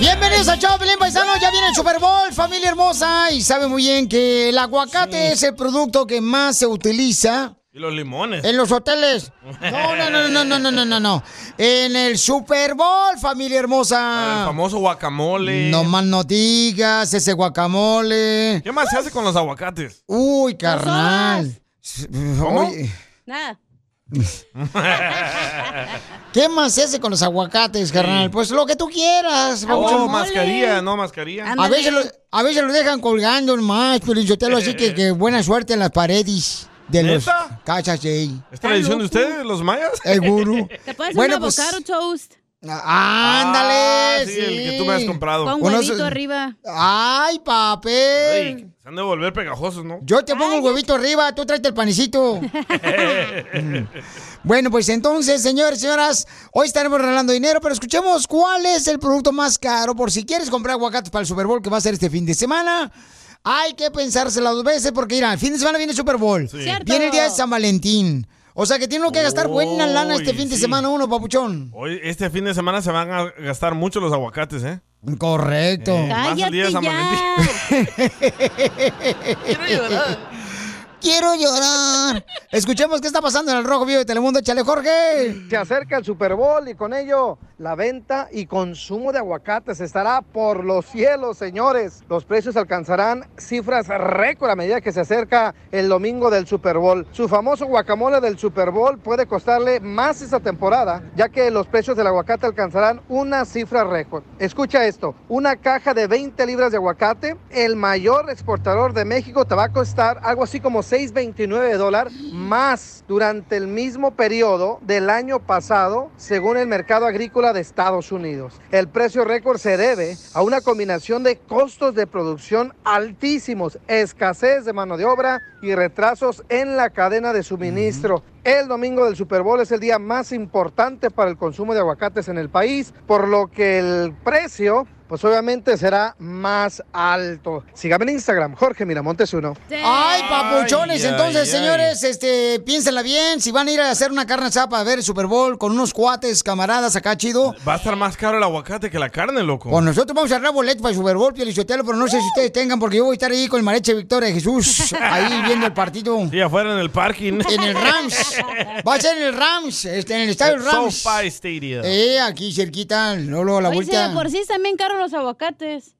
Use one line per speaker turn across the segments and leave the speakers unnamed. Bienvenidos a Chavo Pelín Paisano, ya viene el Super Bowl, familia hermosa, y sabe muy bien que el aguacate es el producto que más se utiliza
Y los limones.
en los hoteles. No, no, no, no, no, no, no, no, no. En el Super Bowl, familia
El
hermosa.
famoso guacamole.
No más no digas, ese guacamole.
¿Qué más se hace con los aguacates?
Uy, carnal.
¿Cómo?
Oye,
Nada.
¿Qué más se hace con los aguacates, carnal? Pues lo que tú quieras.
Oh,
babuchón.
mascarilla, no mascarilla.
A veces, lo, a veces lo dejan colgando más, Piolichotelo, así que, que buena suerte en las paredes de los
Eh, ¿Neta?
cachas de ahí.
¿Es tradición de ustedes, los mayas?
El gurú.
¿Te puedes hacer
Bueno,
un
pues-
avocado toast
¡Ándale!
Ah, sí,
sí,
el que tú me has comprado.
con
Bueno,
huevito
eso-
arriba?
¡Ay, papel!
Ey, se han de volver pegajosos, ¿no?
Yo te pongo el huevito arriba, tú tráete el panecito. Mm. bueno, pues entonces, señores, señoras, hoy estaremos regalando dinero, pero escuchemos cuál es el producto más caro por si quieres comprar aguacates para el Super Bowl que va a ser este fin de semana. Hay que pensársela dos veces porque, mira, el fin de semana viene el Super Bowl.
Cierto.
Viene el día de San Valentín. O sea que tiene uno que gastar buena lana este
Uy,
fin de
sí.
semana uno, papuchón.
Hoy, este fin de semana se van a gastar mucho los aguacates, ¿eh?
Correcto.
más el
Cállate
día de San
ya.
Quiero llorar. Escuchemos qué está pasando en el Rojo Vivo de Telemundo. Chale, Jorge.
Se acerca el Super Bowl y con ello la venta y consumo de aguacates estará por los cielos, señores. Los precios alcanzarán cifras récord a medida que se acerca el domingo del Super Bowl. Su famoso guacamole del Super Bowl puede costarle más esta temporada, ya que los precios del aguacate alcanzarán una cifra récord. Escucha esto, una caja de 20 libras de aguacate, el mayor exportador de México, te va a costar algo así como 6.29 dólares más durante el mismo periodo del año pasado, según el mercado agrícola de Estados Unidos. El precio récord se debe a una combinación de costos de producción altísimos, escasez de mano de obra y retrasos en la cadena de suministro. El domingo del Super Bowl es el día más importante para el consumo de aguacates en el país, por lo que el precio pues obviamente será más alto. Sígame en Instagram, Jorge Miramontes 1.
Ay, papuchones,
Ay,
entonces,
ay,
señores, este, piénsenla bien, si van a ir a hacer una carne asada para ver el Super Bowl con unos cuates, camaradas acá chido.
Va a estar más caro el aguacate que la carne, loco.
Pues nosotros vamos a agarrar boletos para el Super Bowl, Pielichotelo, pero no sé si ustedes tengan, porque yo voy a estar ahí con el Mareche Victoria de Jesús, ahí viendo el partido.
Sí, afuera en el parking.
En el Rams. Va a ser en el Rams, este, en el estadio Rams.
SoFi Stadium.
Eh, aquí cerquita, luego a la
Oye, si de
vuelta.
por sí están bien caros los aguacates.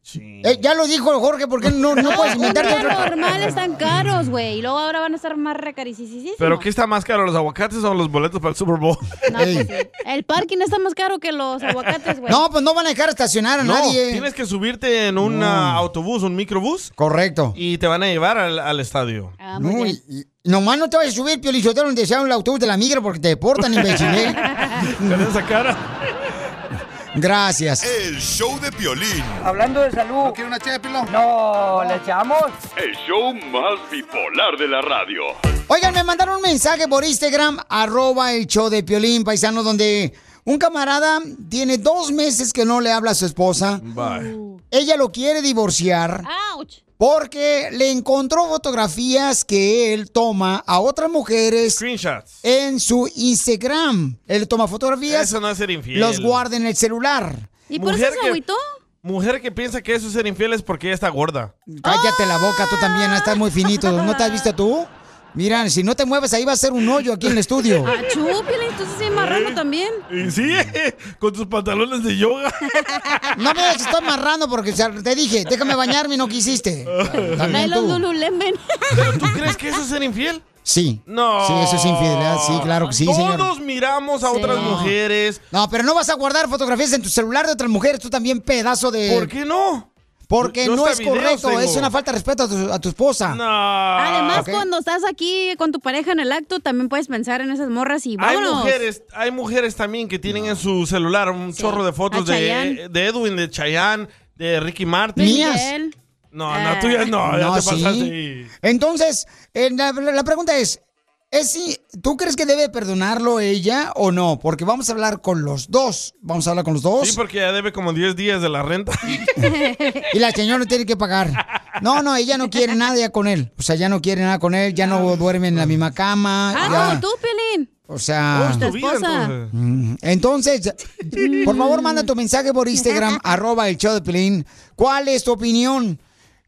Sí.
Eh, ya lo dijo Jorge, ¿por qué no, no puedes
Un
inventarte
día
otro?
normal están caros, güey. Y luego ahora van a estar más recaricísimos.
¿Pero qué está más caro, los aguacates o los boletos para el Super Bowl?
No, pues
Ey.
sí. El parking está más caro que los aguacates, güey.
No, pues no van a dejar estacionar a
No,
nadie.
tienes que subirte en un ah, autobús, un microbús,
Correcto.
y te van a llevar al, al estadio.
Ah, muy
No,
bien.
y, y- nomás no te vayas a subir, Piolichotero, donde sea un autobús de la migra porque te deportan, imbécil. ¿eh?
Con esa cara.
Gracias.
Eh.
El show de violín.
Hablando de salud. ¿No quiere una No, ¿le echamos?
El show más bipolar de la radio.
Oigan, me mandaron un mensaje por Instagram, arroba el show de Piolín, paisano, donde un camarada tiene dos meses que no le habla a su esposa. Uh.
Bye.
Ella lo quiere divorciar
Ouch.
porque le encontró fotografías que él toma a otras mujeres
Screenshots.
en su Instagram. Él toma fotografías,
Eso no es ser infiel.
los guarda en el celular.
¿Y por
Mujer
eso se
que-
agüitó?
Mujer que piensa que eso es ser infiel es porque ella está gorda.
ah, Cállate la boca, tú también, estás muy finito. ¿No te has visto tú? Mira, si no te mueves ahí va a ser un hoyo aquí en el estudio.
Achú, Piolín, tú estás bien marrano Ah, también.
Y sí, con tus pantalones de yoga.
No me digas que estoy marrano porque o sea, te dije, déjame bañarme y no quisiste.
Trae
También
los
tú.
Lululemon.
¿Tú crees que eso es ser infiel?
Sí.
No.
Sí, eso es infidelidad, sí, claro que sí, señor.
Todos miramos a otras mujeres.
No, pero no vas a guardar fotografías en tu celular de otras mujeres, tú también pedazo de...
¿Por qué no?
Porque
Yo
no
hasta
es
videos
correcto,
tengo.
es una falta de respeto a tu, a tu esposa.
No.
Además,
ok.
cuando estás aquí con tu pareja en el acto, también puedes pensar en esas morras y
Hay
vámonos.
mujeres, hay mujeres también que tienen en su celular un chorro de fotos
A Chayanne.
de, de Edwin, de Chayanne, de Ricky Martin.
De
Mías.
Miguel.
No, no, tuyas no, ya
No,
te
sí.
pasaste. ahí.
Entonces, eh, la, la pregunta es, ¿es si, ¿tú crees que debe perdonarlo ella o no? Porque vamos a hablar con los dos, vamos a hablar con los dos.
Sí, porque ya debe como 10 días de la renta.
Y la señora tiene que pagar. No, no, ella no quiere nada ya con él. O sea, ya no quiere nada con él, ya no duerme en la misma cama.
Ah,
ya,
no, tú, Piolín.
O
Oh,
sea,
es tu vida,
esposa.
entonces.
mm, entonces, por favor, manda tu mensaje por Instagram, arroba el show de Pelín. ¿Cuál es tu opinión?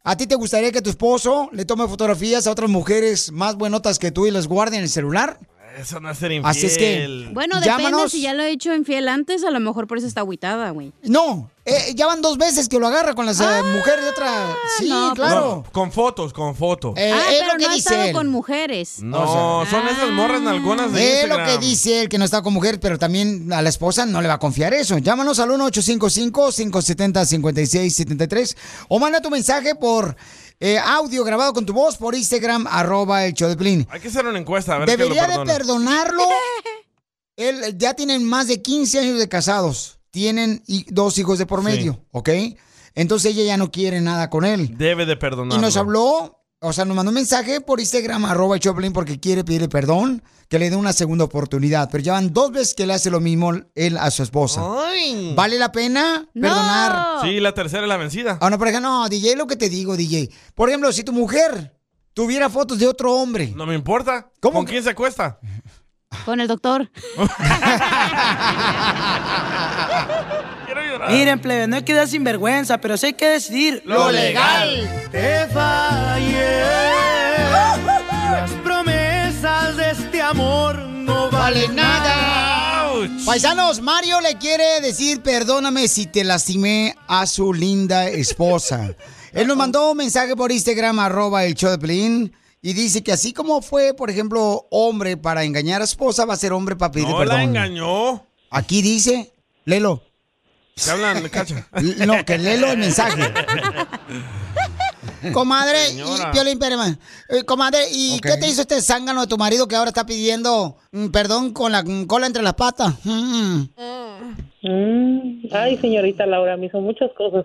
¿A ti te gustaría que tu esposo le tome fotografías a otras mujeres más buenotas que tú y las guarde en el celular?
Eso no es ser infiel.
Así es que-
Bueno, depende
Mm. Llámanos.
si ya lo he hecho infiel antes, a lo mejor por eso está agüitada, güey.
No, eh, ya van dos veces que lo agarra con las eh, mujeres de otra. Sí,
no, pues-
No,
claro.
con fotos, con fotos.
Eh,
ah,
es
pero
lo que
no ha
dice
estado
él.
con mujeres. Oh.
No,
o sea-
son esas morras nalgonas de
Es lo
Instagram.
que dice él, que no está con mujer, pero también a la esposa no le va a confiar eso. Llámanos al 1-855-570-5673 o manda tu mensaje por eh, audio grabado con tu voz por Instagram, arroba el show de Piolín.
Hay que hacer una encuesta a ver
¿Debería
qué
de
lo perdona.
perdonarlo? Él, ya tienen más de 15 años de casados. Tienen hi- dos hijos de por medio, ¿ok? Entonces ella ya no quiere nada con él.
Debe de perdonar.
Y nos habló, o sea, nos mandó un mensaje por Instagram, arroba el Choplin, porque quiere pedirle perdón, que le dé una segunda oportunidad. Pero llevan dos veces que le hace lo mismo él a su esposa.
Ay.
¿Vale la pena perdonar
No.
Sí, la tercera es la vencida.
a una pareja? No, DJ, lo que te digo, DJ. Por ejemplo, si tu mujer tuviera fotos de otro hombre.
No me importa.
¿Cómo
¿Con
que-
quién se acuesta?
Con el doctor.
Quiero llorar.
Miren, plebe, no hay que dar sinvergüenza, pero sí hay que decidir lo
legal.
Te fallé. Las promesas de este amor no valen nada.
Ouch.
Paisanos, Mario le quiere decir perdóname si te lastimé a su linda esposa. Él nos mandó un mensaje por Instagram, arroba el show de Pelín, y dice que así como fue, por ejemplo, hombre para engañar a su esposa, va a ser hombre para pedir
No la
perdón.
engañó.
Aquí dice, Lelo.
¿Qué hablan, cacha?
L- No, que léelo el mensaje. Comadre, y
Señora.
Piolín, espérame. Eh, Comadre, ¿y
Ok.
qué te hizo este zángano de tu marido que ahora está pidiendo mm, perdón con la mm, cola entre las patas? Mm.
Mm, Ay, señorita Laura, me hizo muchas cosas.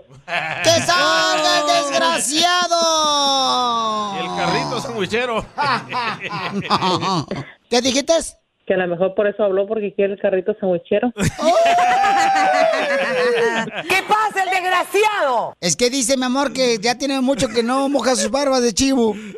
¡Que salga el desgraciado!
Y el carrito sandwichero.
¿Qué dijiste?
Que a lo mejor por eso habló porque quiere el carrito sandwichero.
¿Qué pasa, el desgraciado?
Es que dice, mi amor, que ya tiene mucho que no moja sus barbas de chivo.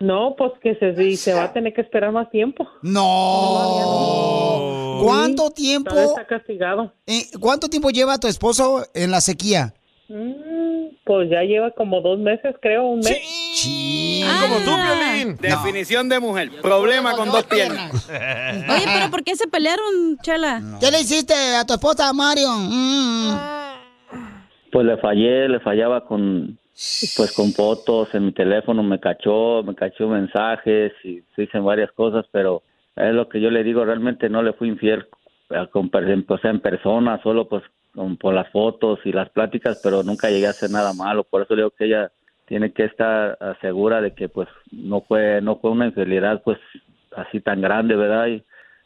No, pues que se, sí, se va a tener que esperar más tiempo.
¡No! ¿Cuánto tiempo,
Todavía está castigado.
eh, ¿Cuánto tiempo lleva tu esposo en la sequía?
Mm, Pues ya lleva como dos meses, creo, un mes.
Sí.
Como tú,
Ah.
Piolín.
Definición de mujer. Problema con dos piernas.
Oye, pero ¿por qué se pelearon, Chela?
¿Qué le hiciste a tu esposa, Mario? Mm.
Pues le fallé, le fallaba con pues con fotos en mi teléfono, me cachó, me cachó mensajes y se dicen varias cosas, pero es lo que yo le digo, realmente no le fui infiel eh, con per- en- o sea, en persona, solo pues con- por las fotos y las pláticas, pero nunca llegué a hacer nada malo, por eso le digo que ella tiene que estar ah, segura de que pues no fue no fue una infidelidad pues así tan grande, ¿verdad? Y,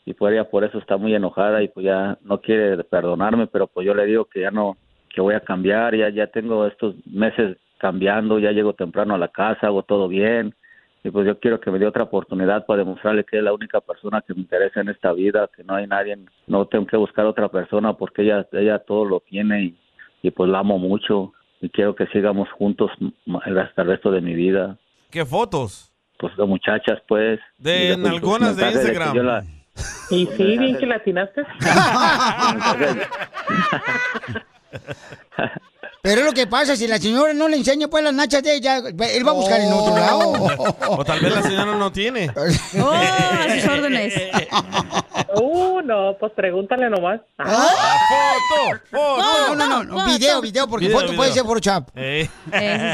y por ella por eso está muy enojada y pues ya no quiere perdonarme, pero pues yo le digo que ya no que voy a cambiar, ya ya tengo estos meses cambiando, ya llego temprano a la casa, hago todo bien y pues yo quiero que me dé otra oportunidad para demostrarle que es la única persona que me interesa en esta vida, que no hay nadie, no tengo que buscar otra persona porque ella ella todo lo tiene y, y pues la amo mucho y quiero que sigamos juntos m- hasta el resto de mi vida
¿Qué fotos?
pues de muchachas, pues.
De
Y después, pues,
nalgonas de
mensajes que
Instagram.
yo la-
Y sí, bien que la atinaste.
Pero es lo que pasa, si la señora no le enseña pues las nachas de ella, él va a buscar en otro
Oh.
lado.
O tal vez la señora no tiene.
Oh, a sus órdenes.
Uh, no, pues pregúntale nomás.
¡Foto! No, no, no, no, video, video, porque
Video,
foto puede
video. Eh.
ser por chat.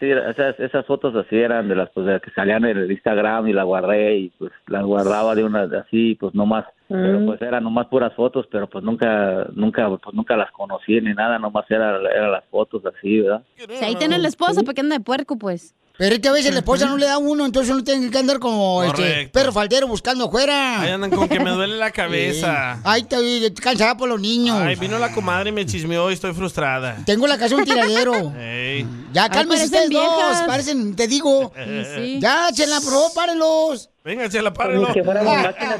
Sí, esas, esas fotos así eran de las pues, de las que salían en el Instagram y la guardé y pues las guardaba de una así, pues nomás, pero
Mm.
pues eran nomás puras fotos, pero pues nunca, nunca, pues nunca las conocí ni nada, nomás era, eran las fotos así, ¿verdad?
Si Pues ahí tiene la esposa, ¿por qué anda de puerco, pues?
Pero es que a veces la esposa no le da uno, entonces uno tiene que andar como este,
Correcto.
perro faldero buscando afuera.
Ahí andan con que me duele la cabeza.
Ay, te, te cansada por los niños.
Ay, vino la comadre y me chismeó y estoy frustrada.
Tengo la casa un tiradero.
Ey.
Ya, cálmense ustedes dos, parecen, te digo.
Sí, sí.
Ya, chela, por favor, párenlos.
Venga, chela, párelo.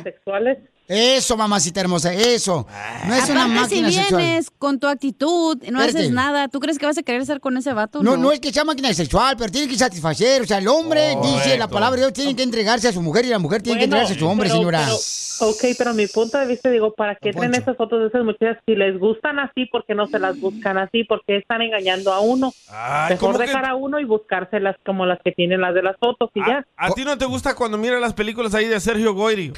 sexuales.
Eso, mamacita hermosa, eso. No es una
Aparte, si
máquina
vienes
sexual.
con tu actitud, no
Espérate.
haces nada, ¿tú crees que vas a querer estar con ese vato?
No, no es que sea máquina sexual, pero tiene que satisfacer. O sea, el hombre dice la
Correcto.
palabra de Dios, tiene que entregarse a su mujer y la mujer tiene que
Bueno,
entregarse a su hombre,
pero-
señora.
pero- ok, pero mi punto de vista, digo, ¿para qué traen esas fotos de esas muchachas? Si les gustan así, ¿por qué no se las buscan así? ¿Por qué están engañando a uno? Mejor
¿cómo que-
dejar a uno y buscárselas como las que tienen las de las fotos y ya.
ah, ¿A ti no te gusta cuando miras las películas ahí de Sergio Goyri?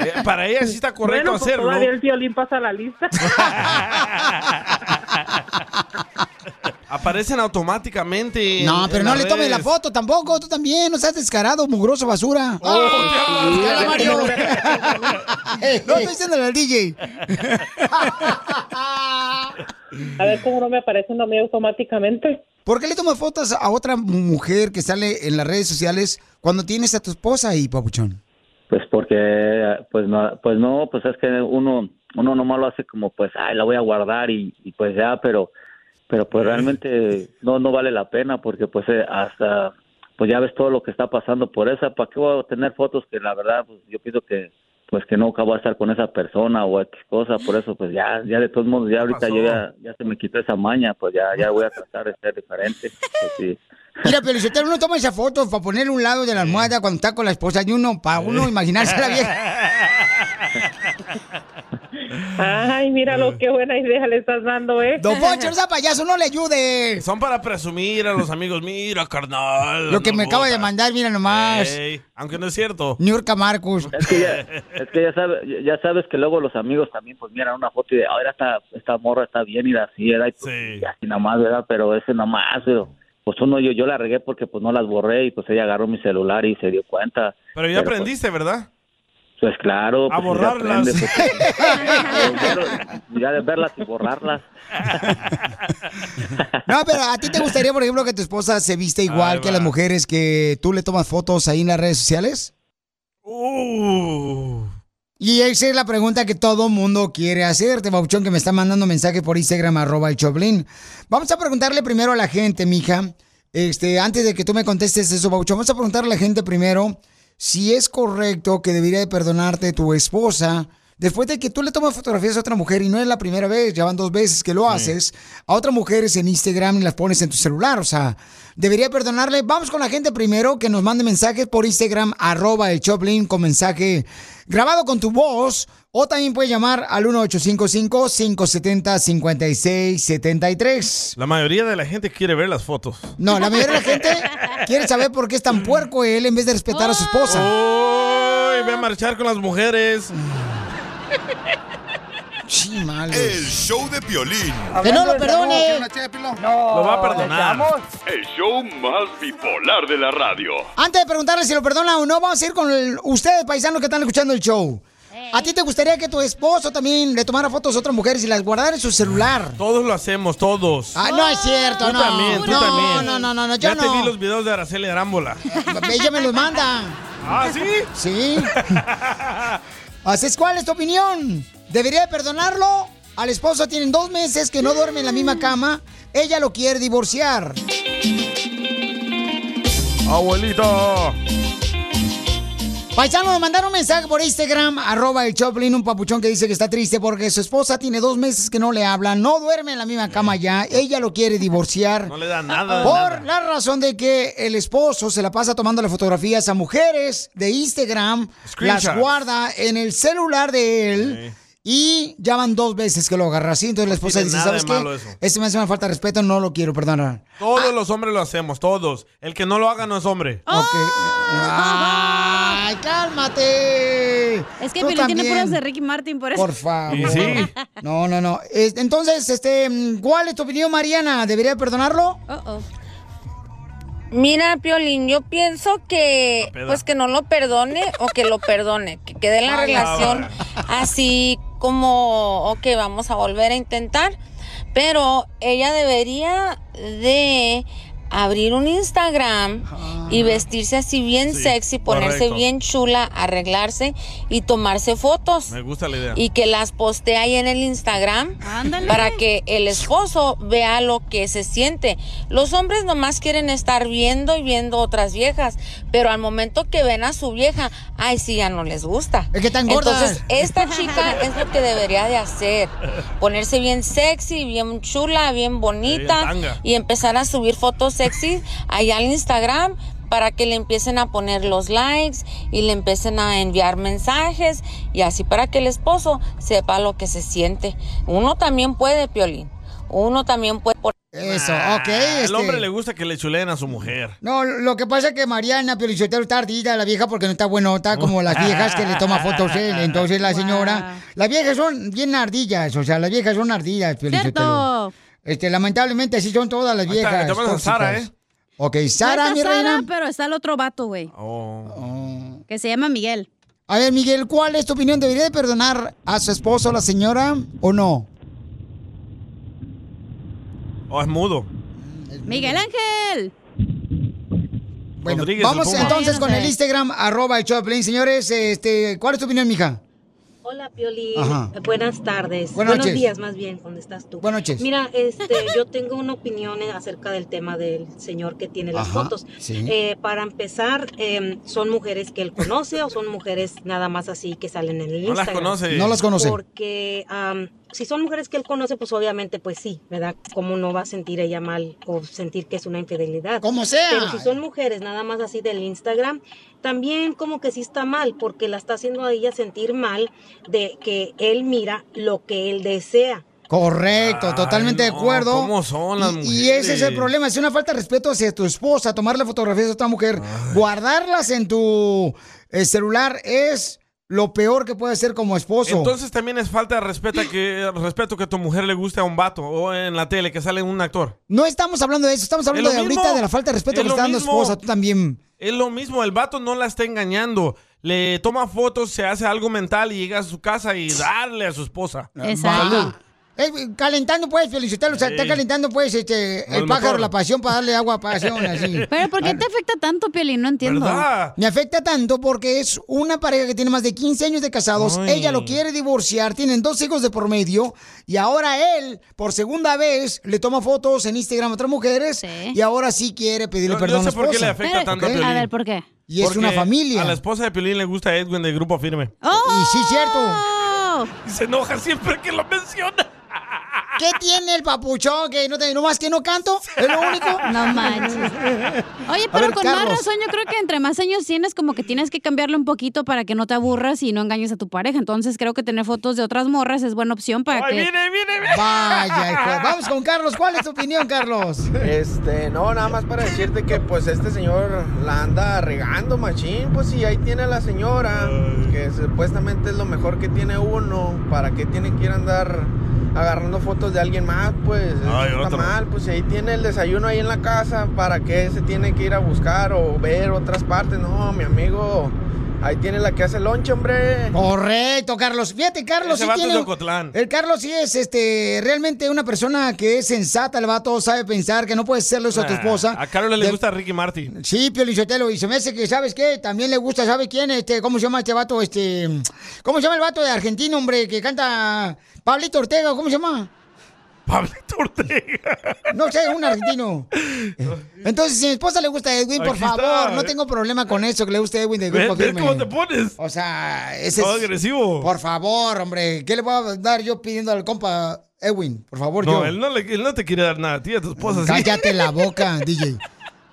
Eh, para ella sí está correcto
Bueno, pues
hacerlo.
todavía el violín pasa la lista.
Aparecen automáticamente. en-
eh,
No, pero
en
no
las
le tomes la
redes.
foto tampoco, tú también, no seas descarado, mugroso basura.
Oh,
ya la Mario. no estoy diciendo al DJ.
A ver cómo no me aparecen a mí automáticamente.
¿Por qué le tomas fotos a otra mujer que sale en las redes sociales cuando tienes a tu esposa ahí, papuchón?
Pues porque, pues no, pues no, pues es que uno, uno nomás lo hace como pues, ay, la voy a guardar y, y pues ya, pero, pero pues realmente no, no vale la pena porque pues eh, hasta, pues ya ves todo lo que está pasando por esa, ¿para qué voy a tener fotos que la verdad, pues yo pienso que, pues que nunca voy a estar con esa persona o X cosa, por eso pues ya, ya de todos modos, ya ahorita
pasó?
yo ya, ya se me quitó esa maña, pues ya, ya voy a tratar de ser diferente, pues sí.
Mira, pero si usted uno toma esa foto para ponerle a un lado de la almohada cuando está con la esposa y uno, para uno imaginarse la vieja.
Ay, míralo, qué buena idea le estás dando, ¿eh?
Don Poncho, no sea payaso, no le ayude.
Son para presumir a los amigos. Mira, carnal.
Lo que me acaba de mandar, mira nomás.
Ey, aunque no es cierto.
Niurka Marcus.
Es que ya, es que ya, sabe- ya sabes que luego los amigos también pues miran una foto y de, ahora esta, esta morra está bien y la así era y, pues, y así nada más, ¿verdad? Pero ese nada más, pero, pues uno yo, yo la regué porque pues no las borré y pues ella agarró mi celular y se dio cuenta.
Pero ya aprendiste, ¿verdad?
Pues, pues, claro.
A
pues, uno
borrarlas.
aprende, pues, ya de verlas y borrarlas.
No, pero a ti te gustaría, por ejemplo, que tu esposa se vista igual que las mujeres que tú le tomas fotos ahí en las redes sociales. Y esa es la pregunta que todo mundo quiere hacerte, Bauchón, que me está mandando mensaje por Instagram, arroba el Choplin. Vamos a preguntarle primero a la gente, mija. Este, antes de que tú me contestes eso, Bauchón, vamos a preguntarle a la gente primero si es correcto que debería de perdonarte tu esposa después de que tú le tomas fotografías a otra mujer y no es la primera vez, ya van dos veces que lo haces, a otras mujeres en Instagram y las pones en tu celular. O sea, debería perdonarle. Vamos con la gente primero que nos mande mensajes por Instagram, arroba el Choplin con mensaje grabado con tu voz. O también puedes llamar al 1855-570-5673.
La mayoría de la gente quiere ver las fotos.
No, la mayoría de la gente quiere saber por qué es tan puerco él en vez de respetar a su esposa.
Ay, ve a marchar con las mujeres. Eh,
El
show de Piolín.
¡Que no lo
¿Quieres
perdone!
una
Lo
va a
perdonar. El show más bipolar de la radio.
Antes de preguntarle si lo perdona o no, vamos a ir con el- ustedes, paisanos que están escuchando el show. ¿A ti te gustaría que tu esposo también le tomara fotos a otras mujeres y las guardara en su celular?
Todos lo hacemos, todos.
Ah, no es cierto,
Tú
no.
también, tú
no,
también.
no, no, no, no, yo
ya te vi
no.
los videos de Araceli Arámbola.
Ella me los manda.
¿Ah, sí?
Sí. Así es, ¿cuál es tu opinión? ¿Debería de perdonarlo? Al esposo tienen dos meses que no duerme en la misma cama. Ella lo quiere divorciar.
Abuelito.
Paisano, nos mandaron un mensaje por Instagram, arroba el Choplin, un papuchón que dice que está triste porque su esposa tiene dos meses que no le habla, no duerme en la misma cama ya, ella lo quiere divorciar.
No le da nada. de nada.
Por la razón de que el esposo se la pasa tomando las fotografías a mujeres de Instagram,
Screenshots.
las guarda en el celular de él Y ya van dos veces que lo agarra así. Entonces la esposa
tiene
dice,
nada de
¿sabes qué?
malo eso".
Este me hace una falta de respeto, no lo quiero perdonar.
Todos los hombres lo hacemos, todos. El que no lo haga no es hombre.
¡Ay, cálmate!
Es que
Tú
Pelín tiene
también.
puras de Ricky Martin, por eso.
Por favor.
Sí.
No, no, no. Es- Entonces, este, ¿cuál es tu opinión, Mariana? ¿Debería perdonarlo?
Mira, Piolín, yo pienso que
peda.
pues que no lo perdone o que lo perdone, que quede en la
Ay,
relación
ahora.
así como, ok, vamos a volver a intentar, pero ella debería de abrir un Instagram y vestirse así bien
Ah. Sí,
sexy, ponerse
correcto.
bien chula, arreglarse y tomarse fotos
Me gusta la idea.
y que las postee ahí en el Instagram para que el esposo vea lo que se siente. Los hombres nomás quieren estar viendo y viendo otras viejas, pero al momento que ven a su vieja, ay, sí, ya no les gusta.
Es que tan gordas.
Entonces, esta chica es lo que debería de hacer, ponerse bien sexy, bien chula, bien
Sí,
bonita
en tanga.
y empezar a subir fotos sexy allá al Instagram para que le empiecen a poner los likes y le empiecen a enviar mensajes y así para que el esposo sepa lo que se siente. Uno también puede, Piolín. Uno también puede.
Eso, ok.
Ah,
Ah, Al
este-
hombre le gusta que le chuleen a su mujer.
No, lo que pasa es que Mariana Piolichotero está ardida, la vieja, porque no está buenota como las viejas que le toma fotos él. Entonces la señora. Las viejas son bien ardillas, o sea, las viejas son ardillas, Piolichotero. Este, lamentablemente así son todas las
Ahí está,
viejas.
le tomas a Sara, ¿eh?
tóxicas. Ok, Sara,
No
mi
está
reina. Oh.
Sara, pero está el otro vato, güey. Que se llama Miguel.
A ver, Miguel, ¿cuál es tu opinión? ¿Debería de perdonar a su esposo, la señora, o no?
O es mudo.
Miguel Ángel.
Bueno,
Rodríguez,
vamos
el Puma.
entonces con el Instagram, arroba el Choplin. Señores, este, ¿cuál es tu opinión, mija?
Hola, Pioli.
Ajá.
Buenas tardes.
Buenas
Buenos
noches.
días, más bien, ¿dónde estás tú?
Buenas noches.
Mira, este, yo tengo una opinión acerca del tema del señor que tiene las
Ajá,
fotos.
sí.
Eh, para empezar, eh, ¿son mujeres que él conoce o son mujeres nada más así que salen en el
No las
Instagram?
conoce. No las conoce.
Porque am, si son mujeres que él conoce, pues obviamente, pues sí, ¿verdad? ¿Cómo no va a sentir ella mal o sentir que es una infidelidad?
Como sea.
Pero si son mujeres nada más así del Instagram, también como que sí está mal, porque la está haciendo a ella sentir mal de que él mira lo que él desea.
Correcto, totalmente de acuerdo.
¿cómo son las
y, y ese es el
mujeres?
problema, es una falta de respeto hacia tu esposa, tomarle fotografías a otra mujer, guardarlas en tu eh, celular es lo peor que puede hacer como esposo.
Entonces también es falta de respeto que, respeto que tu mujer le guste a un vato o en la tele que sale un actor.
no estamos hablando de eso, estamos hablando
Es
de
lo
ahorita
mismo,
de la falta de respeto
es
que
lo
está dando
mismo.
esposa, tú también.
Es lo mismo, el vato no la está engañando. Le toma fotos, se hace algo mental y llega a su casa y darle a su esposa.
Ah,
Salud.
Eh, calentando pues, felicitarlo, o sea,
Sí.
está calentando pues este,
Como
el
el
pájaro,
motor.
la pasión para darle agua a pasión así.
Pero ¿por qué
Ah,
te afecta tanto, Piolín? No entiendo.
Me afecta tanto porque es una pareja que tiene más de 15 años de casados.
Ay.
Ella lo quiere divorciar, tienen dos hijos de por medio. Y ahora él, por segunda vez, le toma fotos en Instagram a otras mujeres. Y ahora sí quiere pedirle
Yo- yo
perdón a
sé
su
por qué le
esposa.
afecta tanto a
¿Ok?
Piolín. A ver,
¿Por qué?
Y es una familia.
A la esposa de Piolín le gusta Edwin del grupo firme.
Y sí, cierto.
Se enoja siempre que lo menciona.
¿Qué tiene el papuchón? Que no, te, no más que no canto. Es lo único.
No manches. Oye,
A
pero
ver,
con
Carlos.
más razón, yo creo que entre más años tienes, como que tienes que cambiarlo un poquito para que no te aburras y no engañes a tu pareja. Entonces creo que tener fotos de otras morras es buena opción para que.
Vaya, hijo. Vamos con Carlos. ¿Cuál es tu opinión, Carlos?
Este, no, nada más para decirte que pues este señor la anda regando, machín, pues sí, ahí tiene a la señora, que supuestamente es lo mejor que tiene uno, ¿para qué tiene que ir a andar agarrando fotos de alguien más? Pues eso
Ay,
está
otro.
mal, pues si ahí tiene el desayuno ahí en la casa, ¿para qué se tiene que ir a buscar o ver otras partes? No, mi amigo, ahí tiene la que hace lonche, hombre.
Correcto, Carlos. Fíjate, Carlos
Ese
sí
vato es
tiene.
de Ocotlán.
El Carlos sí es este realmente una persona que es sensata, el vato sabe pensar que no puede hacerlo eso a tu
Nah,
esposa.
A Carol le
De-
gusta Ricky Martin.
Sí, Pio Lichotelo, y se me hace que, ¿sabes qué? También le gusta, ¿sabe quién? Este, ¿cómo se llama este vato? Este, ¿cómo se llama el vato de Argentina, hombre, que canta Pablito Ortega? ¿Cómo se llama?
Pablito Ortega.
No sé, un argentino. Entonces, si a mi esposa le gusta Edwin, por
Aquí está.
favor, no tengo problema con eso, que le guste Edwin de
Ve-
Grupo
ve
Firme.
cómo te pones.
O sea, ese
Todo
es-
agresivo.
Por favor, hombre, ¿qué le voy a dar yo pidiendo al compa Edwin? Por favor,
No,
yo.
él no, le- él no te quiere dar nada, tía, tu esposa sí.
Cállate la boca, DJ.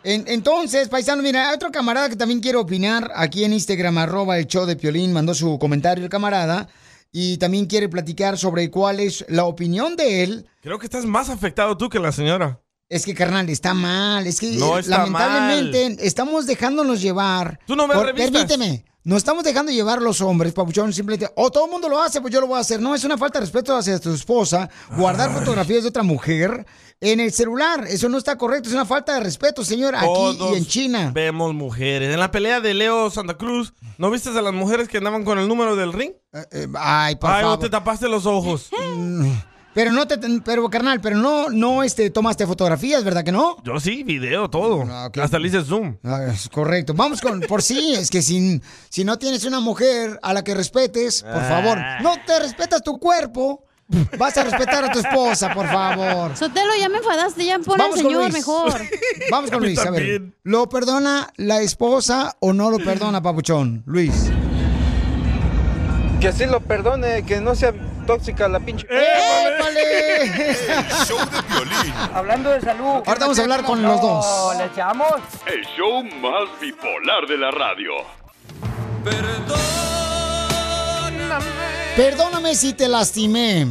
En- entonces, paisano, mira, hay otro camarada que también quiere opinar aquí en Instagram, arroba el show de Piolín, mandó su comentario el camarada. y también quiere platicar sobre cuál es la opinión de él.
Creo que estás más afectado tú que la señora.
Es que, carnal, está mal. Es que
No
eh,
está
lamentablemente estamos dejándonos llevar. Tú no
ves revistas.
Permíteme. Nos estamos dejando llevar los hombres, papuchón, simplemente. O todo el mundo lo hace, pues yo lo voy a hacer. No, es una falta de respeto hacia tu esposa. Guardar
Ah.
fotografías de otra mujer en el celular. Eso no está correcto. Es una falta de respeto, señor, aquí y
Todos
en China.
Vemos mujeres. En la pelea de Leo Santa Cruz, ¿no viste a las mujeres que andaban con el número del ring?
Eh, ay, por
Ay, vos
favor.
te tapaste los ojos.
Mm, Pero no te, pero carnal, pero no, no, este, tomaste fotografías, ¿verdad que no?
Yo sí, video, todo. Hasta le hice zoom.
Ah, Es correcto. Vamos con, por sí, es que si, si no tienes una mujer a la que respetes, por favor, no te respetas tu cuerpo, vas a respetar a tu esposa, por favor.
Sotelo, ya me enfadaste, ya pon al señor mejor.
Vamos con Luis, a ver. ¿Lo perdona la esposa o no lo perdona, papuchón? Luis.
Que así lo perdone, que no sea tóxica la pinche.
¡Épale!
Hablando de salud.
Ahorita vamos a hablar con los dos.
No, le echamos.
El show más bipolar de la radio.
Perdóname si te lastimé.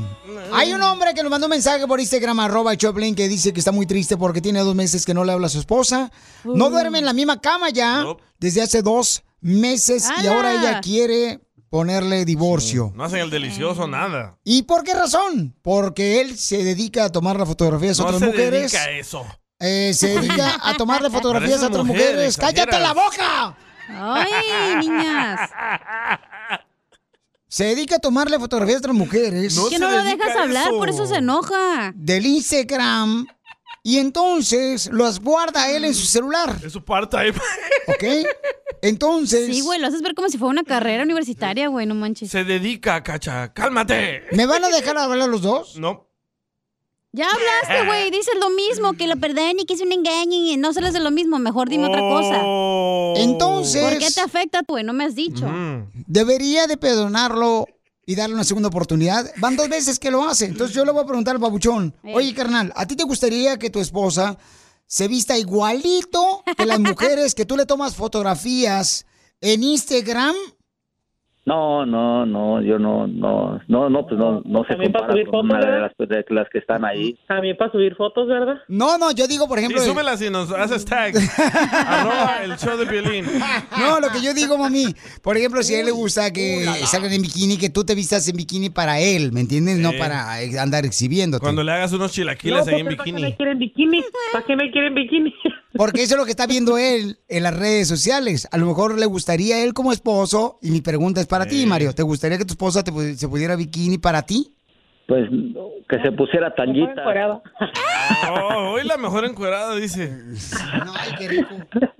Hay un hombre que nos mandó un mensaje por Instagram, arroba el Choplin, que dice que está muy triste porque tiene dos meses que no le habla a su esposa. No
Uh.
duerme en la misma cama ya desde hace dos meses y
¡Ala!
ahora ella quiere ponerle divorcio.
No hacen el delicioso nada.
¿Y por qué razón? Porque él se dedica a tomar las fotografías a
No
otras
se
mujeres.
dedica a eso.
Eh, se dedica a tomarle fotografías
Pareces
a otras
mujer,
mujeres. ¡Cállate
exageras.
la boca!
Ay, niñas.
Se dedica a tomarle fotografías a otras mujeres.
que no lo dejas hablar, por eso se enoja.
del Instagram y entonces los guarda él en su celular.
Es su part-time.
¿Ok? Entonces,
Sí, güey, lo haces ver como si fuera una carrera universitaria, güey, no manches.
Se dedica, cacha. ¡Cálmate!
¿me van a dejar hablar los dos?
No.
Ya hablaste, güey, dices lo mismo, que lo perdón y que es un engaño y no sales de lo mismo, mejor dime otra cosa.
Oh. Entonces-
¿Por qué te afecta, güey? No me has dicho.
¿Debería de perdonarlo y darle una segunda oportunidad? Van dos veces que lo hace. Entonces yo le voy a preguntar al babuchón,
Eh.
oye carnal, ¿a ti te gustaría que tu esposa se vista igualito que las mujeres que tú le tomas fotografías en Instagram?
No, no, no, yo no, no, no, no, pues no, no se
También para
compara
subir
con una
fotos,
de
¿verdad?
las, pues, de las que están ahí.
También para subir fotos, ¿verdad?
No, no, yo digo, por
Y
ejemplo...
súbelas y nos haces tag. Arroba el show de violín.
No, lo que yo digo, mami. Por ejemplo, si a él le gusta que salgan en bikini, que tú te vistas en bikini para él, ¿me entiendes? No
Sí.
para eh, andar exhibiéndote.
Cuando le hagas unos chilaquiles ahí en
pues,
bikini.
quieren bikini? ¿Para qué me quieren bikini? Porque eso es lo que está viendo él en las redes sociales. A lo mejor le gustaría a él como esposo. Y mi pregunta es para ti, Mario. ¿Te gustaría que tu esposa te pu- se pudiera bikini para ti?
Pues que se pusiera tanguita.
Oh, hoy la mejor encuerada, dice.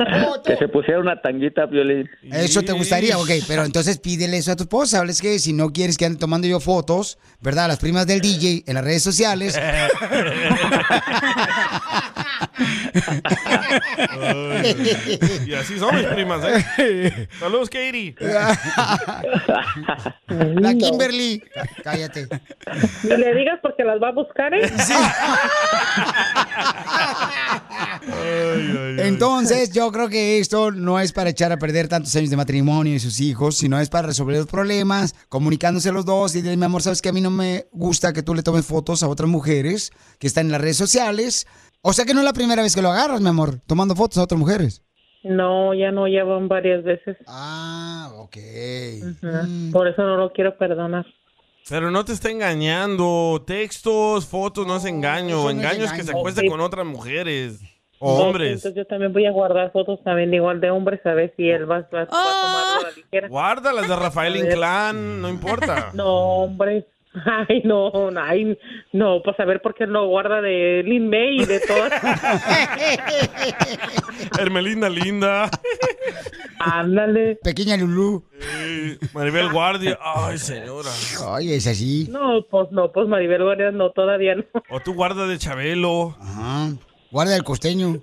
Que se pusiera una tanguita, Violín.
Eso te gustaría, ok, pero entonces pídele eso a tu esposa. Hables que si no quieres que ande tomando yo fotos, ¿verdad? Las primas del DJ en las redes sociales.
Ay, y así son mis primas, ¿eh? Saludos, Katie.
La Kimberly. Cállate.
Ni le digas porque las va a buscar, ¿eh?
Entonces, yo creo que esto no es para echar a perder tantos años de matrimonio y sus hijos, sino es para resolver los problemas, comunicándose los dos y decir, mi amor, sabes que a mí no me gusta que tú le tomes fotos a otras mujeres que están en las redes sociales. O sea que no es la primera vez que lo agarras, mi amor, tomando fotos a otras mujeres.
No, ya no, ya van varias veces.
Ah, ok.
Mm.
Por eso no lo quiero perdonar.
Pero no te está engañando. Textos, fotos, no es engaño.
no es
engaño es que
engaño.
se acuesta
Sí.
con otras mujeres.
No,
O
pues,
hombres.
Entonces yo también voy a guardar fotos también igual de hombres a ver si él va, va- va a tomar
Guarda las de Rafael Inclán, no importa.
No, hombres. Ay, no, no, ay, no, pues a ver por qué no guarda de Lin May y de todas.
Hermelinda Linda.
Ándale.
Pequeña Lulú.
Eh, Maribel Guardia. Ay, señora.
Ay, es así.
No, pues no, pues Maribel Guardia no, todavía no.
O tu guarda de Chabelo.
Ajá. Guarda del costeño.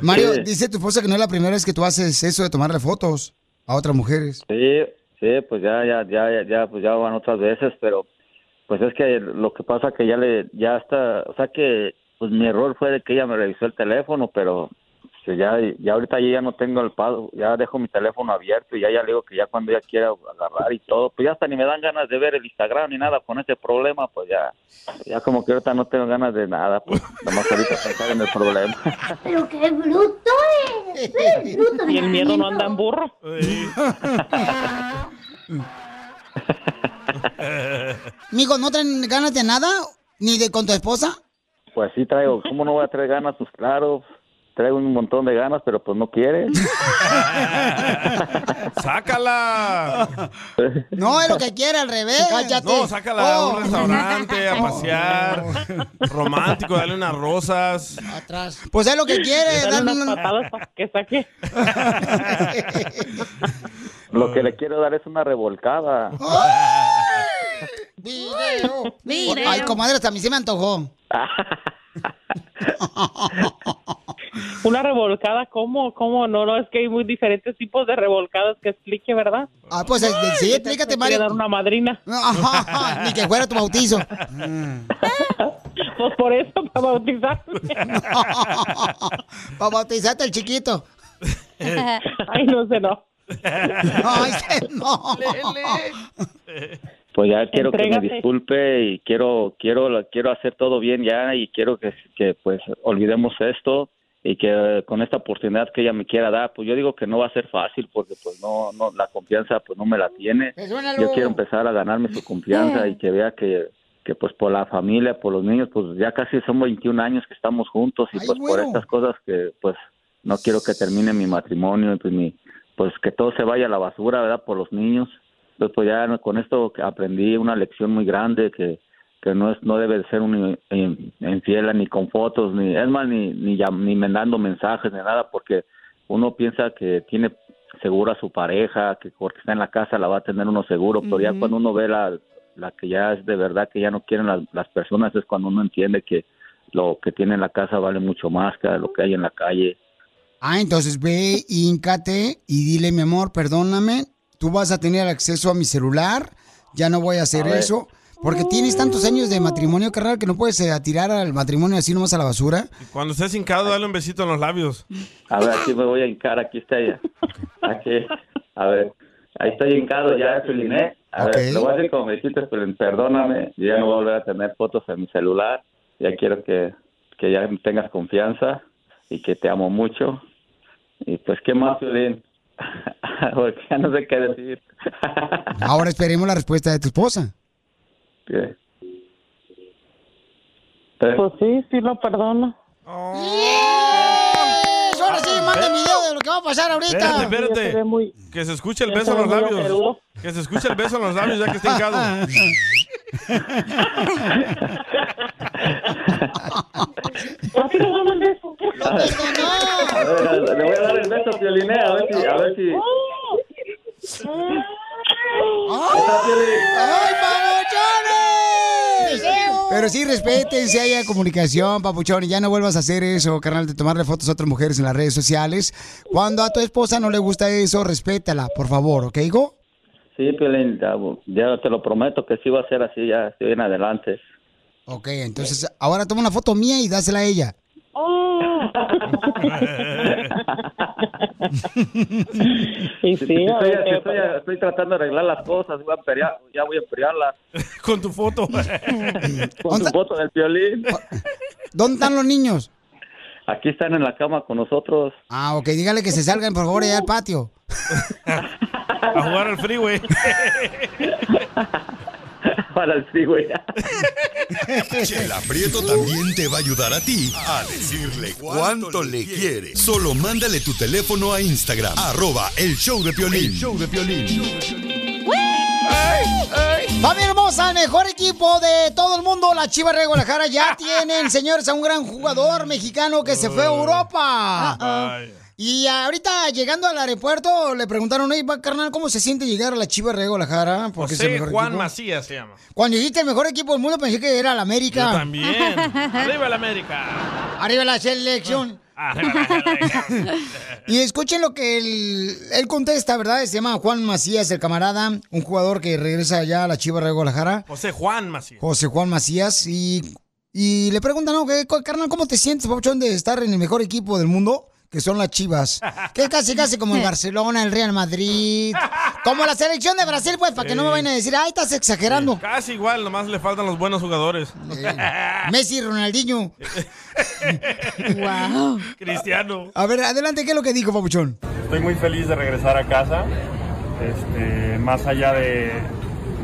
Mario,
Sí.
dice tu esposa que no es la primera vez que tú haces eso de tomarle fotos a otras mujeres.
Sí, sí, pues ya, ya, ya, ya, ya, pues ya van otras veces, pero pues es que lo que pasa que ya le, ya está, o sea que, pues mi error fue de que ella me revisó el teléfono, pero pues ya, ya ahorita yo ya no tengo el pago, ya dejo mi teléfono abierto y ya, ya le digo que ya cuando ella quiera agarrar y todo, pues ya hasta ni me dan ganas de ver el Instagram ni nada con ese problema, pues ya, ya como que ahorita no tengo ganas de nada, pues nada más ahorita pensar en el problema.
Pero qué bruto es. Qué bruto,
Y el miedo no anda en burro.
Mijo, ¿no traen ganas de nada? ¿Ni de con tu esposa?
Pues sí traigo, ¿cómo no voy a traer ganas? Pues claro, traigo un montón de ganas, pero pues no quiere.
¡Sácala!
No, es lo que quiere, al revés. Cállate.
No, sácala a
Oh.
un restaurante, a pasear. Romántico, dale unas rosas.
Atrás. Pues es lo que quiere.
Dale
dale
unas
una-
patadas para que saque.
Lo que le quiero dar es una revolcada.
Video. Ay, comadre, hasta a mí se me antojó.
Una revolcada, ¿cómo? ¿Cómo? No, no, es que hay muy diferentes tipos de revolcadas que explique, ¿verdad?
Ah, pues es- sí, explícate, Mario.
dar una madrina.
Ajá, ni que fuera tu bautizo.
Mm.
Pues por eso, para bautizar.
Para bautizarte el chiquito.
Ay, no sé, no.
Ay, se no.
Pues ya quiero que
Entrégate.
me disculpe y quiero quiero quiero hacer todo bien ya y quiero que, que pues olvidemos esto y que con esta oportunidad que ella me quiera dar, pues yo digo que no va a ser fácil porque pues no no la confianza pues no me la tiene.
Perdónalo.
Yo quiero empezar a ganarme su confianza y que vea que que pues por la familia, por los niños, pues ya casi son 21 años que estamos juntos y pues por
güero.
estas cosas que pues no quiero que termine mi matrimonio y pues mi pues que todo se vaya a la basura, ¿verdad? Por los niños. Entonces, pues ya con esto que aprendí una lección muy grande que, que no es no debe de ser un in- infiel ni con fotos ni es más ni ni llam- ni mandando mensajes ni nada porque uno piensa que tiene seguro a su pareja, que porque está en la casa la va a tener uno seguro, pero ya
Ujú.
cuando uno ve la la que ya es de verdad que ya no quieren las, las personas es cuando uno entiende que lo que tiene en la casa vale mucho más que lo que hay en la calle.
Ah, entonces ve, híncate y dile, mi amor, perdóname, tú vas a tener acceso a mi celular, ya no voy a hacer
A ver.
eso. Porque tienes tantos años de matrimonio, carnal, que no puedes eh, tirar al matrimonio así nomás a la basura.
Cuando estés hincado, dale un besito en los labios.
A ver, aquí me voy a hincar, aquí está ella. Aquí, a ver, ahí estoy hincado ya, Feliné. A ver, lo voy a hacer como me dijiste, Piolín, perdóname, yo ya no voy a volver a tener fotos en mi celular. Ya quiero que, que ya tengas confianza y que te amo mucho. Y pues, ¿qué más, Piolín? Porque ya no sé qué decir.
Ahora esperemos la respuesta de tu esposa.
¿Qué?
Pues sí, sí lo perdono.
Eso, Ahora sí, manda el video de lo que va a pasar ahorita.
Espérate, espérate. Que se escuche el
Ya
beso en
se ve
los
muy
labios.
ojerudo.
Que se escuche el beso en los labios ya que esté hincado.
¿Por qué no me mandes eso?
A ver, le voy a dar el beso, Pioliné, a ver si... A ver si...
¡Ay, papuchones! Pero sí, respeten, si haya comunicación, papuchón, y ya no vuelvas a hacer eso, carnal, de tomarle fotos a otras mujeres en las redes sociales. Cuando a tu esposa no le gusta eso, respétala, por favor, ¿ok, hijo?
Sí, Piolín, ya, ya te lo prometo que sí va a ser así, ya estoy en adelante.
Ok, entonces ahora toma una foto mía y dásela a ella.
Y
Si
sí, a
estoy,
ver
si
qué
estoy- estoy tratando de arreglar las cosas, voy a emperear- ya voy a emperearlas.
Con tu foto.
Con tu foto del violín.
¿Dónde están los niños?
Aquí están en la cama con nosotros.
Ah, ok, dígale que se salgan, por favor, allá al patio.
A jugar al freeway.
Para el freeway.
El aprieto también te va a ayudar a ti a decirle cuánto le quieres. Solo mándale tu teléfono a Instagram, arroba el show de Piolín. show de
Familia hermosa, el mejor equipo de todo el mundo, la Chivas Real de Guadalajara, ya tienen, señores, a un gran jugador mexicano que se fue a Europa. Ah. Y ahorita llegando al aeropuerto le preguntaron, oye, va, carnal, ¿cómo se siente llegar a la Chivas Real de Guadalajara? Porque es el
José
mejor
Juan
equipo.
Macías se llama.
Cuando dijiste el mejor equipo del mundo pensé que era la América.
Yo también. Arriba el América.
Arriba la selección.
Arriba la
Y escuchen lo que él, él contesta, ¿verdad? Se llama Juan Macías, el camarada, un jugador que regresa allá a la Chivas Real de Guadalajara.
José Juan Macías.
José Juan Macías y, y le preguntan, ¿no? ¿Qué, co- carnal, ¿cómo te sientes, papuchón, de estar en el mejor equipo del mundo? que son las chivas. Que es casi, casi como el Barcelona, el Real Madrid. Como la selección de Brasil, pues, para que no me
Sí.
vayan a decir, ay, estás exagerando.
Casi igual, nomás le faltan los buenos jugadores.
Messi, Ronaldinho. wow.
Cristiano.
A ver, adelante, ¿qué es lo que dijo, papuchón?
Estoy muy feliz de regresar a casa, este, más allá de,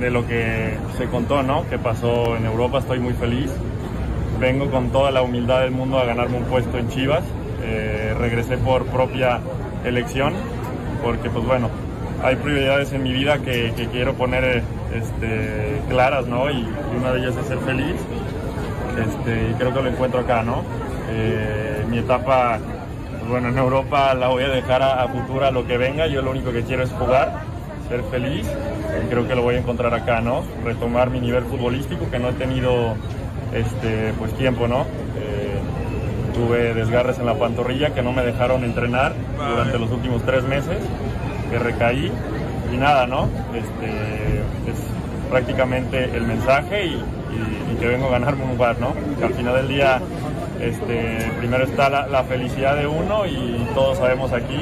de lo que se contó, ¿no? Que pasó en Europa, estoy muy feliz. Vengo con toda la humildad del mundo a ganarme un puesto en Chivas. Eh, regresé por propia elección, porque pues bueno, hay prioridades en mi vida que, que quiero poner eh, este, claras, ¿no? Y una de ellas es ser feliz. Este, y creo que lo encuentro acá, ¿no? Eh, mi etapa pues bueno, en Europa la voy a dejar a, a futura lo que venga. Yo lo único que quiero es jugar, ser feliz. y creo que lo voy a encontrar acá, ¿no? Retomar mi nivel futbolístico que no he tenido este, pues, tiempo, ¿no? Eh, tuve desgarres en la pantorrilla que no me dejaron entrenar durante los últimos tres meses, que recaí y nada, ¿no? Este, es prácticamente el mensaje y, y- y que vengo a ganarme un lugar, ¿no? Que al final del día este, primero está la, la felicidad de uno y todos sabemos aquí.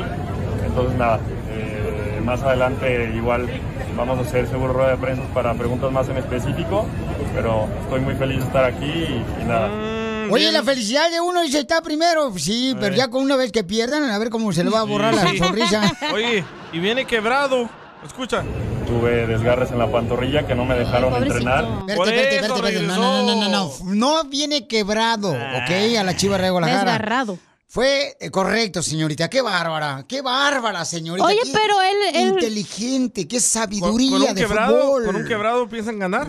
Entonces nada, eh, más adelante igual vamos a hacer seguro rueda de prensa para preguntas más en específico, pero estoy muy feliz de estar aquí y, y nada.
Oye, la felicidad de uno dice, está primero. Sí, pero
Eh.
ya con una vez que pierdan, a ver cómo se le va a borrar la
Sí.
sonrisa.
Oye, y viene quebrado. Escucha.
Tuve desgarres en la pantorrilla que no me dejaron
pobrecito.
entrenar.
Por
Espérate, espérate,
eso
espérate, espérate. No, no, no, no, no. No viene quebrado,
Ah.
¿ok? A la Chiva de Guadalajara.
Desgarrado.
Fue eh, correcto, señorita. Qué bárbara. Qué bárbara, señorita.
Oye,
Qué
pero él- él-
Inteligente, qué
Con, con
sabiduría
un
de
quebrado,
fútbol.
con un quebrado piensan ganar.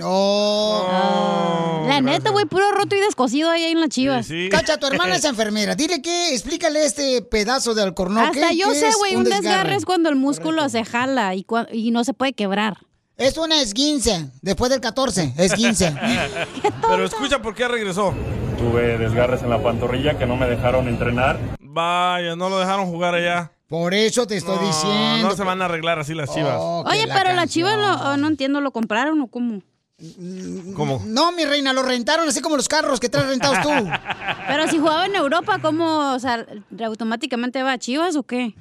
No.
La neta, güey, puro roto y descosido ahí en las chivas.
Cacha, tu hermana es enfermera. Dile que, explícale este pedazo de alcornoque.
Hasta yo
que
sé,
es
güey, un desgarre. es cuando el músculo se jala y, cua- y no se puede quebrar.
Es una esguince, después del 14, esguince.
Pero escucha por qué regresó.
Tuve desgarres en la pantorrilla que no me dejaron entrenar.
Vaya, no lo dejaron jugar allá.
Por eso te estoy Oh,
diciendo. No se van a arreglar así las chivas.
Oye, pero las chivas, lo- oh, no entiendo, ¿lo compraron o cómo?
Mm,
¿Cómo?
No, mi reina, lo rentaron, así como los carros que traes rentados tú.
Pero si jugaba en Europa, ¿cómo? O sea, ¿automáticamente va a Chivas o qué?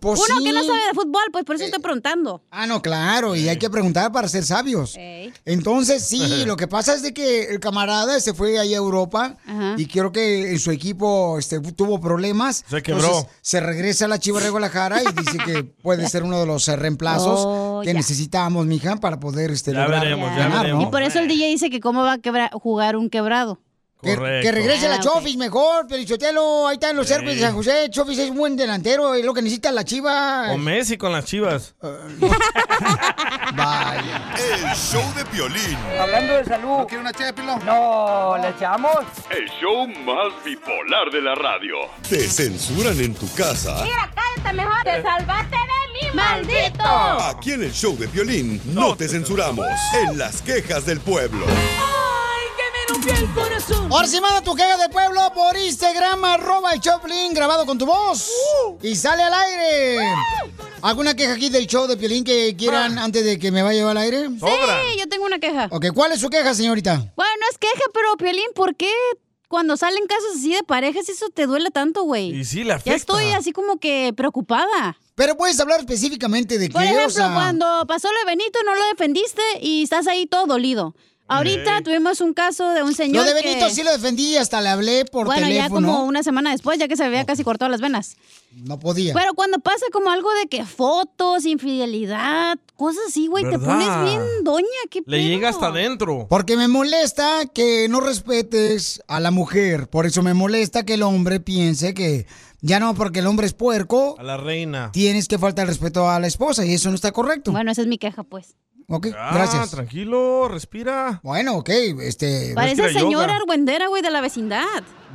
pues
Uno
sí. Eh,
que no sabe de fútbol, pues por eso estoy preguntando.
Ah, no, claro, y hay que preguntar para ser sabios. Entonces, sí, lo que pasa es de que el camarada se fue ahí a Europa
Ajá.
y creo que en su equipo este, tuvo problemas.
Se quebró.
se regresa a la Chiva de Guadalajara y dice que puede ser uno de los eh, reemplazos
Oh,
que
ya.
necesitamos, mija, para poder este,
Ya
lograr
veremos, ya
ganar, ¿no?
Y por eso el DJ dice que cómo va a quebra- jugar un quebrado.
Que regrese la
Ah, ok.
Chofis mejor, Pelichotelo, ahí está en los
Sí.
Serpes de San José, Chofis es un buen delantero, es lo que necesita la Chiva.
O Messi con las chivas.
Vaya.
El show de Piolín.
Hablando de salud. ¿No quiere una ché de pilón? No, ¿le echamos?
El show más bipolar de la radio.
Te censuran en tu casa.
cállate mejor. Te salvaste de mí,
Aquí en el show de Piolín no te censuramos. En las quejas del pueblo.
Ahora sí manda tu queja del pueblo por Instagram, arroba el Choplin, grabado con tu voz.
Uh.
Y sale al aire. ¿Alguna queja aquí del show de Piolín que quieran
Ah.
antes de que me vaya al aire?
Sí, yo tengo una queja.
Ok, ¿cuál es su queja, señorita?
Bueno, no es queja, pero Piolín, ¿por qué cuando salen casos así de parejas eso te duele tanto, güey?
Y sí, le
Ya
afecta.
estoy así como que preocupada.
Pero puedes hablar específicamente de
Por
qué, o
ejemplo,
sea.
cuando pasó lo de Benito, no lo defendiste y estás ahí todo dolido. Ahorita
Ey.
tuvimos un caso de un señor
Lo de
que-
Benito sí lo defendí, hasta le hablé por
bueno, ya
teléfono.
como una semana después, ya que se había casi cortado las venas.
No podía.
Pero cuando pasa como algo de que fotos, infidelidad, cosas así, güey, te
¿Verdad?
pones bien doña, qué
Le
pedo.
llega hasta adentro.
Porque me molesta que no respetes a la mujer. Por eso me molesta que el hombre piense que ya no porque el hombre es puerco,
A la reina.
tienes que faltar el respeto a la esposa y eso no está correcto.
Bueno, esa es mi queja, pues.
Ok,
Ah,
gracias.
Tranquilo, respira.
Bueno, ok, este...
Parece
Respira
señora
yoga.
argüendera, güey, de la vecindad.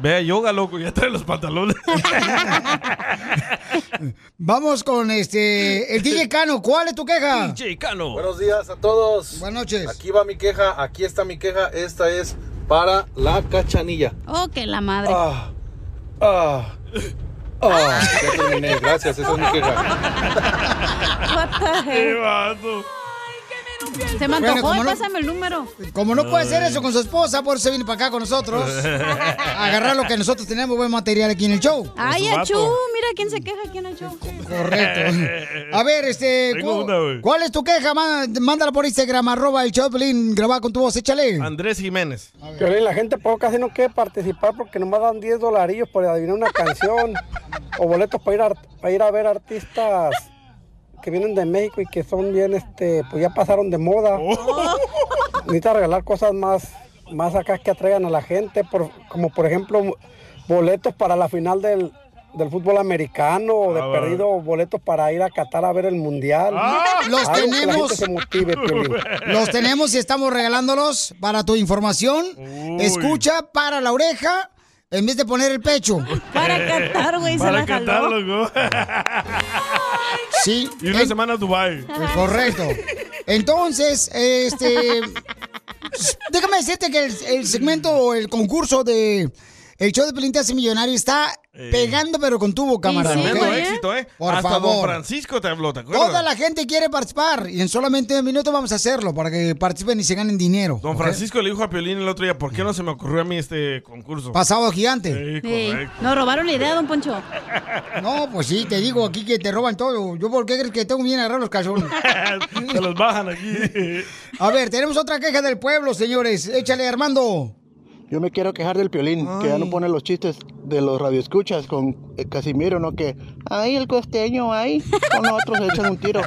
Ve a yoga, loco, ya trae los pantalones.
Vamos con este... El DJ Cano, ¿cuál es tu queja?
Buenos días a todos.
Buenas noches.
Aquí va mi queja, aquí está mi queja. Esta es para la cachanilla.
Oh, que la madre.
Ah, ah, ah. Ya terminé, gracias, esa es mi queja.
What the heck?
vato.
Se me antojó, eh, pues.
Bueno, como no-
pásame el número.
Como no puede hacer eso con su esposa, por eso se viene para acá con nosotros. a agarrar lo que nosotros tenemos, buen material aquí en el show.
Ay, Achú, mira quién se queja aquí en el show.
A ver, este.
Tengo
¿cu-
una, güey.
¿Cuál es tu queja? Má- Mándala por Instagram, arroba el Choplin, grabada con tu voz, échale.
Andrés Jiménez.
Piolín, la gente por casi no quiere participar porque nomás dan 10 dolarillos por adivinar una canción o boletos para ir, a, para ir a ver artistas que vienen de México y que son bien, este, pues ya pasaron de moda.
Oh.
Necesita regalar cosas más, más acá que atraigan a la gente, por- como por ejemplo boletos para la final del, del fútbol americano o de
Ah, va.
perdido boletos para ir a Qatar a ver el mundial.
Ah, los
Algo que la
tenemos.
gente se motive, Piolín.
Los tenemos y estamos regalándolos para tu información. Escucha para la oreja en vez de poner el pecho.
Para
cantar,
güey, se Para la jaló. cantar, loco.
Sí.
Y una semana a Dubai.
Correcto. Entonces, este. déjame decirte que el, el segmento o el concurso de. El show de Pelín te hace millonario está
Eh.
pegando, pero con tubo, camarada.
Tremendo
¿ok?
éxito, ¿eh?
Por
Hasta Don
favor.
Francisco te habló, ¿te acuerdas?
Toda la gente quiere participar y en solamente un minuto vamos a hacerlo para que participen y se ganen dinero.
Don
¿ok?
Francisco le dijo a Piolín el otro día, ¿por qué no se me ocurrió a mí este concurso?
Pasado gigante.
Sí, correcto.
Nos robaron la idea, don Poncho.
No, pues sí, te digo aquí que te roban todo. ¿Yo por qué crees que tengo bien agarrar los calzones?
Se los bajan aquí.
A ver, tenemos otra queja del pueblo, señores. Échale, Armando.
Yo me quiero quejar del piolín, que ya no pone los chistes de los radioescuchas con eh, Casimiro, ¿no? Que, ay, el costeño, ay, con nosotros se echan un tiro.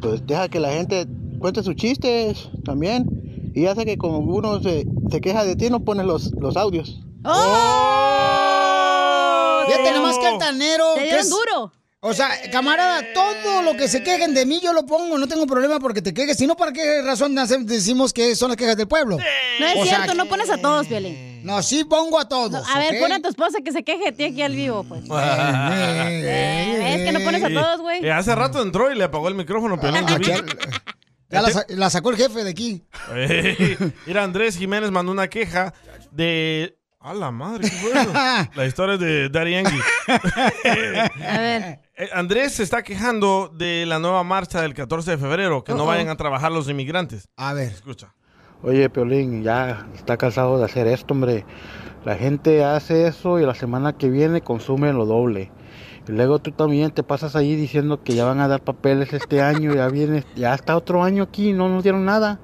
Pues deja que la gente cuente sus chistes también. Y hace que como uno se, se queja de ti, no pones los, los audios.
Fíjate nomás que altanero.
Te
que
dieron
es-
duro.
O sea, camarada, todo lo que se quejen de mí yo lo pongo, no tengo problema porque te quejes, sino para qué razón nace- decimos que son las quejas del pueblo.
No es
O sea,
cierto, no pones a todos, Violín.
No, sí pongo a todos.
a ver,
Pues, ¿ok?
pon a tu esposa que se queje de ti aquí al vivo, pues.
Es
Es que no pones a todos, güey.
Eh, hace rato entró y le apagó el micrófono, Piolín. yo vi.
Ya la, sa- la sacó el jefe de aquí.
Ey, Mira, Andrés Jiménez mandó una queja de. ¡A la madre! ¿Qué fue eso? La historia de Daddy Yankee.
A ver.
Eh, Andrés se está quejando de la nueva marcha del 14 de febrero, que no
Uh-oh.
vayan a trabajar los inmigrantes.
A ver.
Escucha.
Oye, Piolín, ya está cansado de hacer esto, hombre. La gente hace eso y la semana que viene consume lo doble. Y luego tú también te pasas ahí diciendo que ya van a dar papeles este año, ya viene, ya está otro año aquí, no nos dieron nada.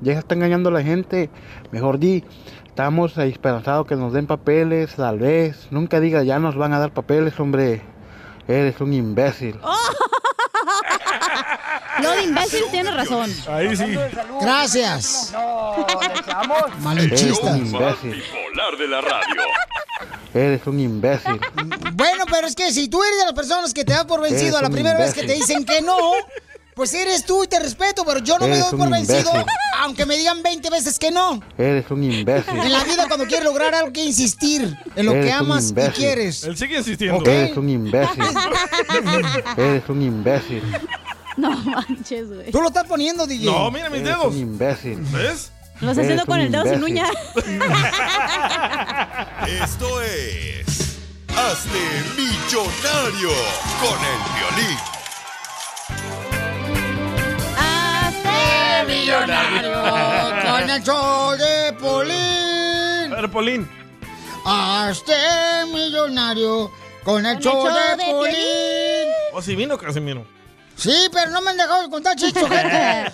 Ya se está engañando a la gente. Mejor di, estamos esperanzados que nos den papeles, tal vez. Nunca digas ya nos van a dar papeles, hombre. Eres un imbécil.
Lo de imbécil tiene razón.
Ahí sí.
Gracias.
Eres un
El show más
imbécil.
bipolar de la radio.
Eres un imbécil.
Bueno, pero es que si tú eres de las personas que te das por vencido
Eres
a la
un
primera vez que te
imbécil.
dicen que no, pues eres tú y te respeto, pero yo no me
Eres
doy
un
por vencido
imbécil.
aunque me digan 20 veces que no.
Eres un imbécil.
En la vida cuando quieres lograr algo que insistir en lo que
Eres un
amas y
imbécil.
quieres.
Él sigue insistiendo.
Eres un imbécil. Eres un imbécil.
No manches, güey.
Tú lo estás poniendo, DJ.
No, mira mis
Eres
dedos.
un imbécil.
¿Ves?
Lo está haciendo
Eres
con
un
el dedo sin
imbécil.
uña.
Esto es. Hazte millonario con el violín.
¡Hazte millonario con el show de Polín!
A ver, Polín.
¡Hazte Ah, millonario con el show de Polín!
O si Oh, vino Casimiro.
Sí, pero no me han dejado de contar chistes, gente.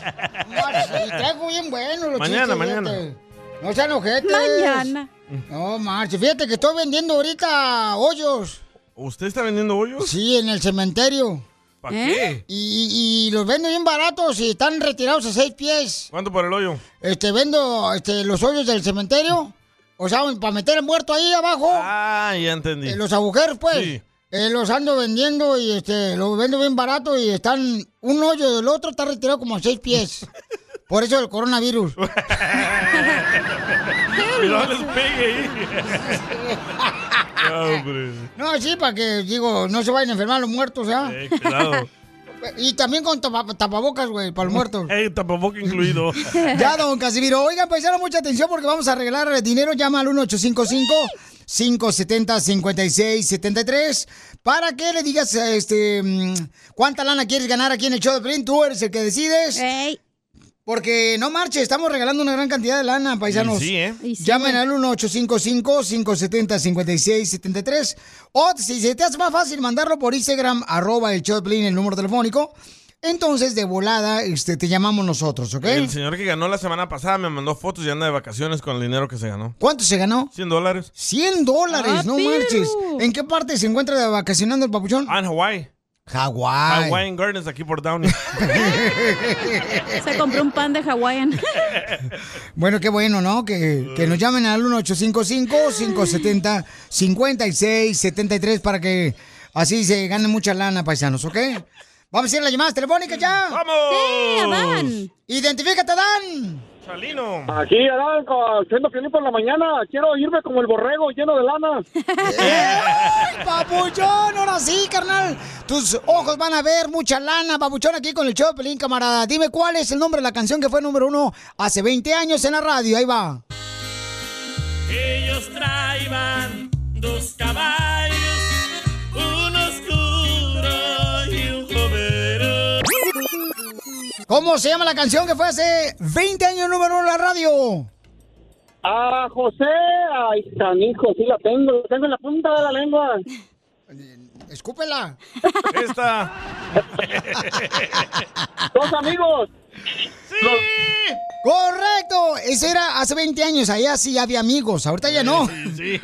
No, sí, traigo bien bueno los
Mañana,
chistes,
mañana.
fíjate. No sean ojetes.
Mañana.
No, marche. Fíjate que estoy vendiendo ahorita hoyos.
¿Usted está vendiendo hoyos?
Sí, en el cementerio.
¿Para qué?
Y, y- y los vendo bien baratos y están retirados a seis pies.
¿Cuánto por el hoyo?
Este, vendo este, los hoyos del cementerio. O sea, para meter el muerto ahí abajo.
Ah, ya entendí.
Eh, los agujeros, pues.
Sí.
Eh, los ando vendiendo y este, los vendo bien barato y están un hoyo del otro, está retirado como a seis pies. Por eso el coronavirus.
Cuidado, les pegue ahí. Ya, hombre.
No, sí, para que, digo, no se vayan a enfermar los muertos, ¿ah?
Eh, cuidado.
Y también con tapa- tapabocas, güey, para los muertos.
Eh, tampoco incluido.
Ya, don Casimiro. Oigan, paisano, mucha atención porque vamos a regalar dinero. Llama al 1855-570-5673 para que le digas este, mm, cuánta lana quieres ganar aquí en el show de Plin. Tú eres el que decides. Porque no marche, estamos regalando una gran cantidad de lana, paisanos.
Y sí, ¿eh? Y sí,
Llamen al 1-855-570-5673. O si se te hace más fácil mandarlo por Instagram, arroba el Choplin, el número telefónico. Entonces, de volada, este, te llamamos nosotros, ¿ok?
El señor que ganó la semana pasada me mandó fotos y anda de vacaciones con el dinero que se ganó.
¿Cuánto se ganó?
100 dólares.
100 dólares,
Ah,
no
pero.
marches. ¿En qué parte se encuentra de vacacionando el papuchón?
Ah, en Hawái.
Hawái.
Hawaiian Gardens aquí por Downey.
Se compró un pan de Hawaiian.
Bueno, qué bueno, ¿no? Que, que nos llamen al 1-855-570-5673 para que así se gane mucha lana, paisanos, ¿ok? Vamos a ir a las llamadas telefónicas ya.
¡Vamos!
¡Sí, Adán! ¡Identifícate, Adán!
Chalino.
Aquí, Adán, co- haciendo piolín por la mañana. Quiero irme como el borrego lleno de lana.
¡Ay, papuchón! Ahora sí, carnal. Tus ojos van a ver mucha lana, papuchón, aquí con el show de Pelín, camarada. Dime cuál es el nombre de la canción que fue número uno hace 20 años en la radio. Ahí va.
Ellos traían dos caballos, un oscuro y un jovero.
¿Cómo se llama la canción que fue hace 20 años número uno en la radio?
A José, ay, canijo, sí la tengo. La tengo en la punta de la lengua.
Escúpela.
Esta.
Dos amigos.
Correcto, eso era hace 20 años, allá sí había amigos, ahorita ya no.
Sí.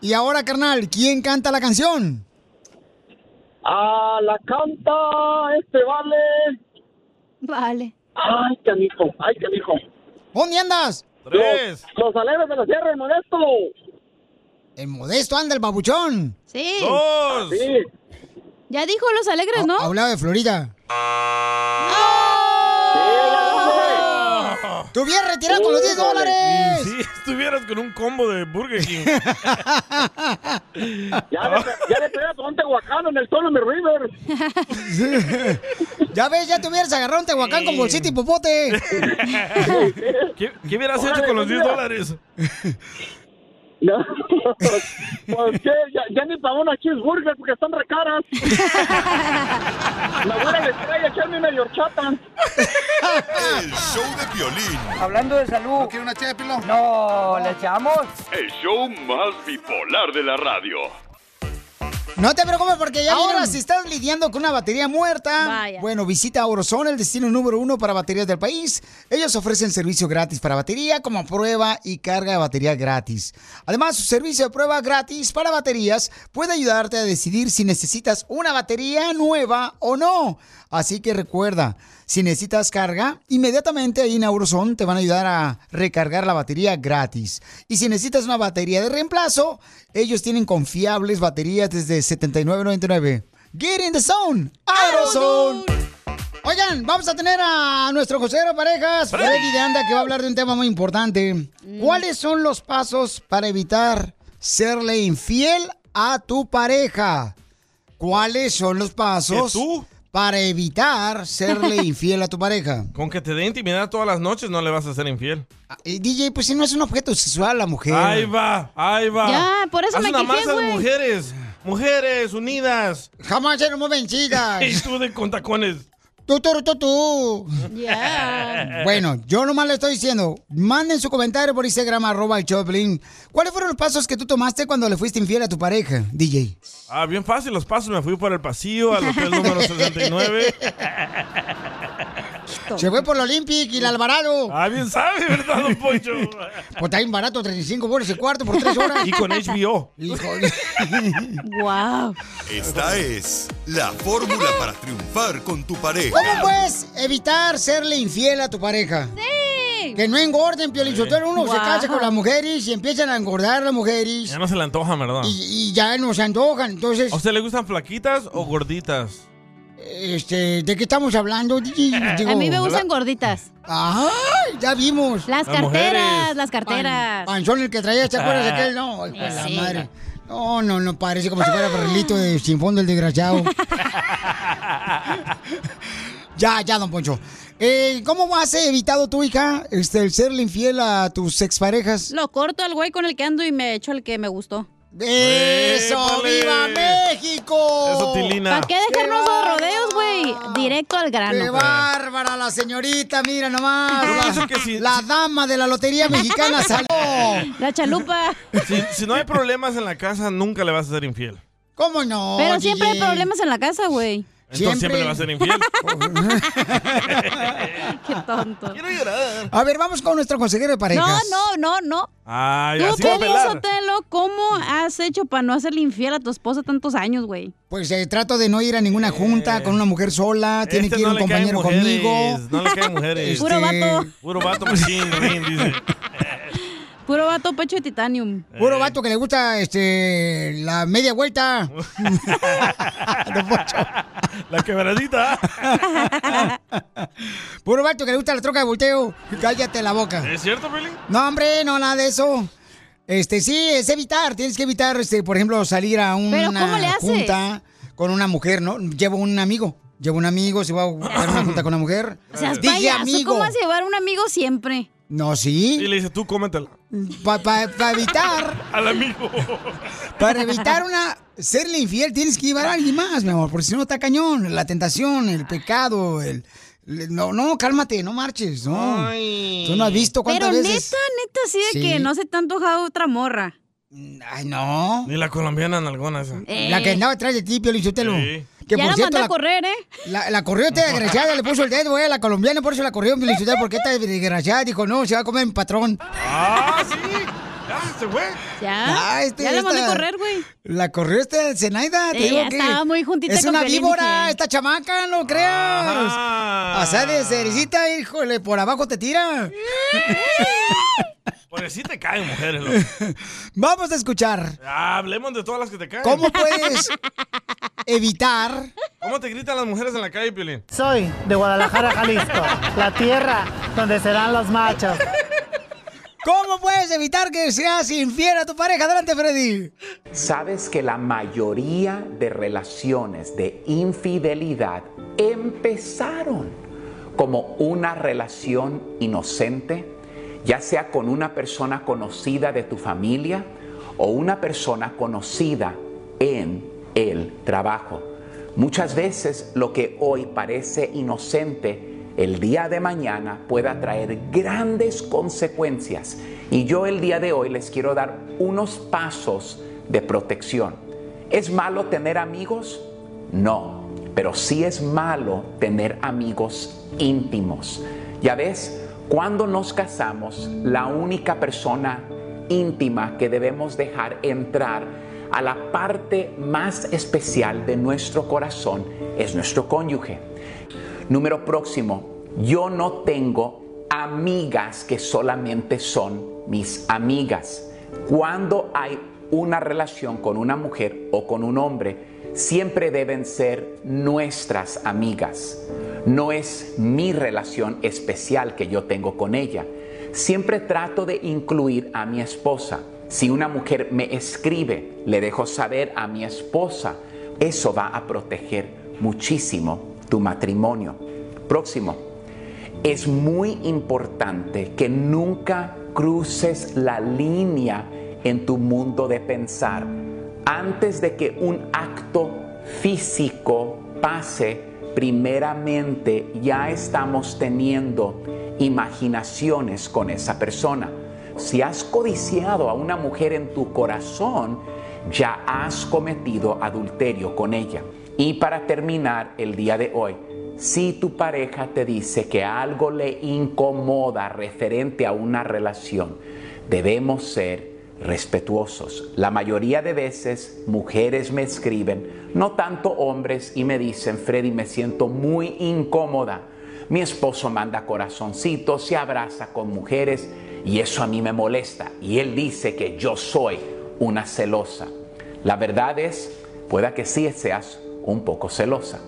Y ahora, carnal, ¿quién canta la canción?
Ah, la canta este vale.
Vale.
Ay, canijo, ay, canijo.
¿Dónde andas?
Tres. Los, los aleros de la sierra, el modesto.
El modesto anda el babuchón.
Sí.
Dos. Sí.
Ya dijo Los Alegres, ¿no?
Hablaba de Florida.
Ah.
¡Te hubieras retirado con los 10 dólares!
Si estuvieras con un combo de Burger King.
Ya le, pe- ya le pegué a Tonte Tehuacán en el Solomon River.
ya ves, ya te hubieras agarrado un Tehuacán con bolsita y popote.
¿Qué, qué hubieras hecho con los 10 dólares?
No, pues qué, ya, ya ni para una cheeseburger porque están recaras. Me voy a la estrella a echarme una horchata.
El show de Piolín.
Hablando de salud. ¿No quiere una ché de pilón? No, ¿le echamos?
El show más bipolar de la radio.
No te preocupes porque ya ahora si estás lidiando con una batería muerta, bueno, visita Orozone, el destino número uno para baterías del país. Ellos ofrecen servicio gratis para batería como prueba y carga de batería gratis. Además, su servicio de prueba gratis para baterías puede ayudarte a decidir si necesitas una batería nueva o no. Así que recuerda, si necesitas carga, inmediatamente ahí en Auroson te van a ayudar a recargar la batería gratis. Y si necesitas una batería de reemplazo, ellos tienen confiables baterías desde $79.99. Get in the zone, AutoZone. Oigan, vamos a tener a nuestro consejero de parejas,
Freddy.
Freddy de Anda, que va a hablar de un tema muy importante.
Mm.
¿Cuáles son los pasos para evitar serle infiel a tu pareja? ¿Cuáles son los pasos
¿Que tú?
para evitar serle infiel a tu pareja?
Con que te dé intimidad todas las noches no le vas a ser infiel.
Eh, DJ, pues si no es un objeto sexual la mujer.
Ahí va, ahí va.
Ya, por eso
Haz
me
una
quejé,
masa de
güey.
mujeres. Mujeres unidas.
Jamás seremos vencidas.
y tú de con tacones.
Tú, tú, tú, tú.
Ya.
Bueno, yo nomás le estoy diciendo, manden su comentario por Instagram, arroba el Choplin. ¿Cuáles fueron los pasos que tú tomaste cuando le fuiste infiel a tu pareja, DJ?
Ah, bien fácil los pasos. Me fui por el pasillo al hotel número 69.
Se fue por el Olympic y el Alvarado.
Ah, bien sabe, ¿verdad, don Poncho?
Pues está bien barato, 35 bolas el cuarto por 3 horas.
Y con HBO.
wow.
Esta es la fórmula para triunfar con tu pareja.
¿Cómo puedes evitar serle infiel a tu pareja? Sí. Que no engorden, Piolichotero. Uno se
Wow.
casa con las mujeres y empiezan a engordar las mujeres.
Ya no se le antoja, ¿verdad?
y ya nos antojan. Entonces,
¿A usted le gustan flaquitas o gorditas?
este, ¿de qué estamos hablando?
A mí me gustan
gorditas. ¡Ay! Ya vimos.
Las
Las
carteras,
mujeres.
las carteras. Ah,
Panzón el que traía, ¿te acuerdas de aquel? No, hijo de la madre. No, no, no, parece como si fuera perrito de sin fondo el desgraciado. ya, ya, don Poncho. Eh, ¿Cómo has evitado tu hija este, el serle infiel a tus exparejas?
Lo corto al güey con el que ando y me echo el que me gustó.
¡Eso!
¡Épale!
¡Viva México!
Eso, Tilina.
¿Para qué dejarnos de rodeos, güey?
Ah.
Directo al grano.
¡Qué bárbara la señorita! Mira
Ah,
nomás. La, la dama de la lotería mexicana salió.
La chalupa.
Si, si no hay problemas en la casa, nunca le vas a ser infiel.
¿Cómo no?
Pero siempre hay
DJ?
problemas en la casa, güey.
Entonces siempre le vas a ser infiel.
Qué tonto. Quiero llorar.
A ver, vamos con nuestro consejero de parejas.
No, no, no, no.
Ay,
Tú,
así va a
Piolín
pelar.
Sotelo, ¿cómo has hecho para no hacerle infiel a tu esposa tantos años, güey?
Pues eh, trato de no ir a ninguna junta con una mujer sola. Tiene
Este
que ir
no
un
le caen
compañero
mujeres,
conmigo. Este,
No le caen mujeres.
Puro vato.
Puro vato, machín, rin, dice.
Puro vato pecho de titanium.
Eh.
Puro vato que le gusta este la media vuelta. Don Poncho.
La quebradita.
Puro vato que le gusta la troca de volteo. Cállate la boca.
¿Es cierto, Pelín?
No, hombre, no nada de eso. Este, sí, es evitar, tienes que evitar, este, por ejemplo, salir a una
Pero, ¿cómo le haces?
junta con una mujer, ¿no? Llevo un amigo, llevo un amigo, si voy a buscar una junta con una mujer.
O sea,
Dije
payaso,
amigo.
¿cómo vas a llevar un amigo siempre?
No, sí.
Y le dice, tú cómetela.
Para evitar,
Al amigo.
para evitar una serle infiel, tienes que llevar a alguien más, mi amor, porque si no está cañón, la tentación, el pecado, el, el- no, no, cálmate, no marches, no. Tú no has visto cuántas
Pero
veces.
neta, neta, sí de
Sí.
que no se te ha antojado otra morra.
Ay, no.
Ni la colombiana en alguna esa.
La que andaba atrás de ti, Pio Lichotelo.
Sí.
Que
Eh. Ya
por
la
cierto,
mandé a correr, ¿eh?
La, la corrió esta desgraciada, le puso el dedo, güey, a la colombiana, por eso la corrió, Pio Lichotelo, porque esta desgraciada dijo, no, se va a comer mi patrón.
Ah, sí. Ya, se fue.
Ya,
Ah, este,
ya la mandé a
esta-
correr, güey.
La corrió esta Zenaida, te
Ella
digo que.
estaba muy juntita
Es
con
una
Piolín,
víbora,
dije.
esta chamaca, no creas. O sea, de cerecita, híjole, por abajo te tira.
Por Pues sí te caen mujeres, loco.
Vamos a escuchar.
Ah, hablemos de todas las que te caen.
¿Cómo pues? puedes evitar
¿Cómo te gritan las mujeres en la calle, Piolín?
Soy de Guadalajara, Jalisco, la tierra donde serán los machos.
¿Cómo puedes evitar que seas infiel a tu pareja? Adelante, Freddy.
Sabes que la mayoría de relaciones de infidelidad empezaron como una relación inocente, ya sea con una persona conocida de tu familia o una persona conocida en el trabajo. Muchas veces lo que hoy parece inocente, el día de mañana pueda traer grandes consecuencias. Y yo el día de hoy les quiero dar unos pasos de protección. ¿Es malo tener amigos? No, pero sí es malo tener amigos íntimos. Ya ves, cuando nos casamos, la única persona íntima que debemos dejar entrar a la parte más especial de nuestro corazón es nuestro cónyuge. Número próximo, yo no tengo amigas que solamente son mis amigas. Cuando hay una relación con una mujer o con un hombre, siempre deben ser nuestras amigas. No es mi relación especial que yo tengo con ella. Siempre trato de incluir a mi esposa. Si una mujer me escribe, le dejo saber a mi esposa. Eso va a proteger muchísimo tu matrimonio. Próximo, es muy importante que nunca cruces la línea en tu mundo de pensar. Antes de que un acto físico pase, primeramente ya estamos teniendo imaginaciones con esa persona. Si has codiciado a una mujer en tu corazón, ya has cometido adulterio con ella. Y para terminar el día de hoy, si tu pareja te dice que algo le incomoda referente a una relación, debemos ser respetuosos. La mayoría de veces mujeres me escriben, no tanto hombres, y me dicen, Freddy, me siento muy incómoda. Mi esposo manda corazoncitos, se abraza con mujeres y eso a mí me molesta. Y él dice que yo soy una celosa. La verdad es, pueda que sí seas un poco celosa.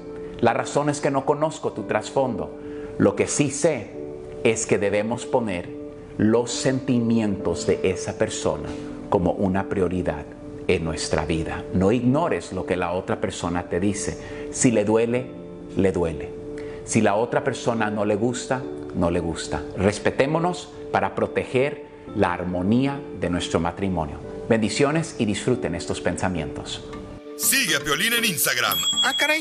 La razón es que no conozco tu trasfondo. Lo que sí sé es que debemos poner los sentimientos de esa persona como una prioridad en nuestra vida. No ignores lo que la otra persona te dice. Si le duele, le duele. Si la otra persona no le gusta, no le gusta. Respetémonos para proteger la armonía de nuestro matrimonio. Bendiciones y disfruten estos pensamientos.
Sigue a Piolín en Instagram,
Ah, caray.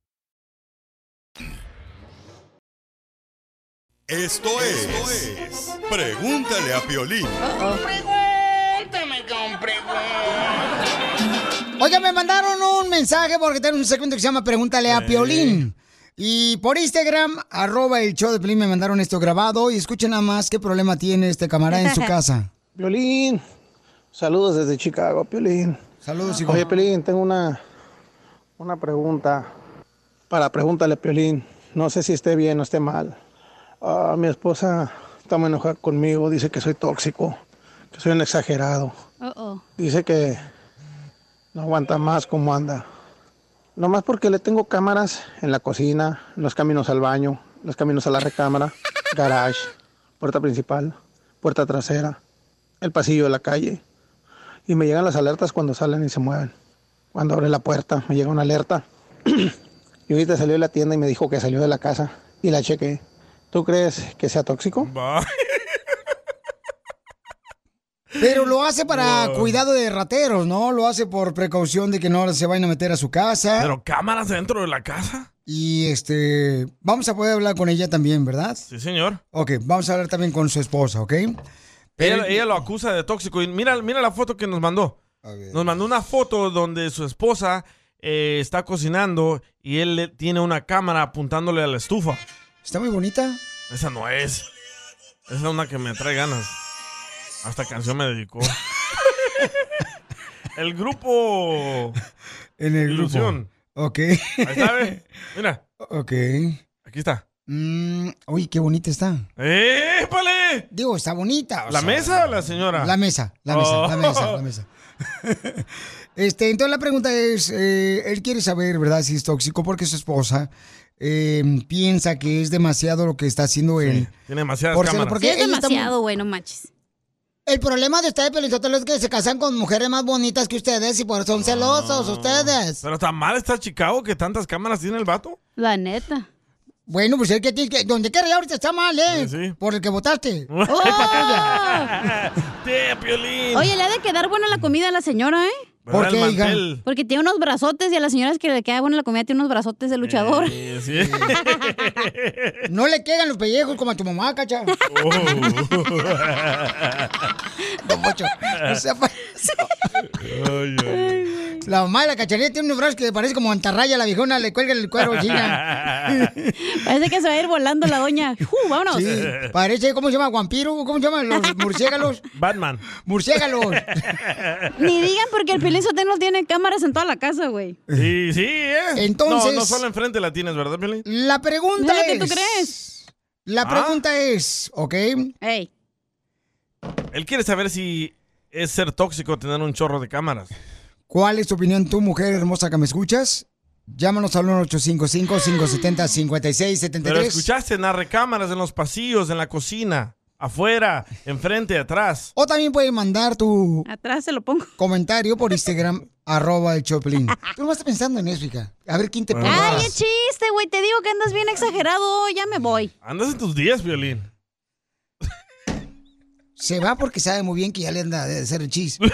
Esto es, Pregúntale a Piolín.
Pregúntame con preguntas.
Oiga, me mandaron un mensaje porque tengo un segmento que se llama Pregúntale a Piolín. Y por Instagram, arroba el show de Piolín, me mandaron esto grabado. Y escuchen nada más qué problema tiene este camarada en su casa.
Piolín, saludos desde Chicago, Piolín.
Saludos,
hijo. Oye, Piolín, tengo una, una pregunta para pregúntale, Piolín. No sé si esté bien o esté mal. Ah, mi esposa está muy enojada conmigo, dice que soy tóxico, que soy un exagerado.
Oh,
Dice que no aguanta más como anda. Nomás porque le tengo cámaras en la cocina, en los caminos al baño, los caminos a la recámara, garage, puerta principal, puerta trasera, el pasillo de la calle. Y me llegan las alertas cuando salen y se mueven. Cuando abre la puerta, me llega una alerta. y ahorita salió de la tienda y me dijo que salió de la casa y la chequé. ¿Tú crees que sea tóxico?
Pero lo hace para
Wow.
cuidado de rateros, ¿no? Lo hace por precaución de que no se vayan a meter a su casa.
¿Pero cámaras dentro de la casa?
Y este, vamos a poder hablar con ella también, ¿verdad?
Sí, señor.
Ok, vamos a hablar también con su esposa, ¿ok?
Ella, ella lo acusa de tóxico. Y mira, mira la foto que nos mandó. Nos mandó una foto donde su esposa eh, está cocinando y él le- tiene una cámara apuntándole a la estufa.
Está muy bonita.
Esa no es. Esa es una que me trae ganas. Hasta canción me dedicó. el grupo.
En el
Ilusión.
grupo. Ok.
Ahí está, ¿eh? ve. Mira.
Ok.
Aquí está.
Mm, uy, qué bonita está.
¡Épale!
Digo, está bonita. o
¿La
sea,
mesa o la señora?
La mesa, la mesa,
Oh.
la mesa, la mesa. Este, entonces la pregunta es, eh, él quiere saber, ¿verdad? Si es tóxico porque su esposa eh, piensa que es demasiado lo que está haciendo él.
Tiene demasiadas
Por ser-
cámaras.
porque
Sí, es
ella está muy-
demasiado, güey, no manches.
El problema de ustedes, Pelizotelo, es que se casan con mujeres más bonitas que ustedes y por eso son celosos ustedes.
Pero tan mal está Chicago que tantas cámaras tiene el vato.
La neta. Bueno, pues el que tiene que... Donde quiera ya ahorita está mal, ¿eh? Por el que votaste.
Oh.
¡Te, Piolín!
Oye, le ha de quedar buena la comida a la señora, ¿eh?
¿Verdad? El mantel.
Porque tiene unos brazotes y a las señoras que le queda buena la comida tiene unos brazotes de luchador.
Sí, sí.
No le quedan los pellejos como a tu mamá, cacha.
Oh.
Don Pocho, no sea payaso. La mamá de la cacharilla tiene unos brazos que parece como antarraya, la viejona le cuelga el cuero, china.
Parece que se va a ir volando la doña. ¡Uh, vámonos!
Sí, parece, ¿cómo se llama? ¿Guampiro? ¿Cómo se llaman los murciélagos?
Batman.
Murciélagos.
Ni digan porque el Pelín Sotelo tiene cámaras en toda la casa, güey.
Sí, sí, ¿eh?
Entonces-
No, no solo enfrente la tienes, ¿verdad, Piolín?
La pregunta
¿Es lo
es...
que tú crees?
La
Ah.
pregunta es, ¿ok?
Él quiere saber si es ser tóxico tener un chorro de cámaras.
¿Cuál es tu opinión, tú, mujer hermosa que me escuchas? Llámanos al 1-855-570-5673.
Pero escuchaste en las recámaras, en los pasillos, en la cocina, afuera, enfrente, atrás.
O también puedes mandar tu...
Atrás se lo pongo.
Comentario por Instagram, arroba el Choplin. Tú no estás pensando en eso, hija. A ver quién te pone.
¡Ay, es chiste, güey! Te digo que andas bien exagerado. Ya me voy.
Andas en tus días, Violín.
Se va porque sabe muy bien que ya le anda de hacer el chis.
El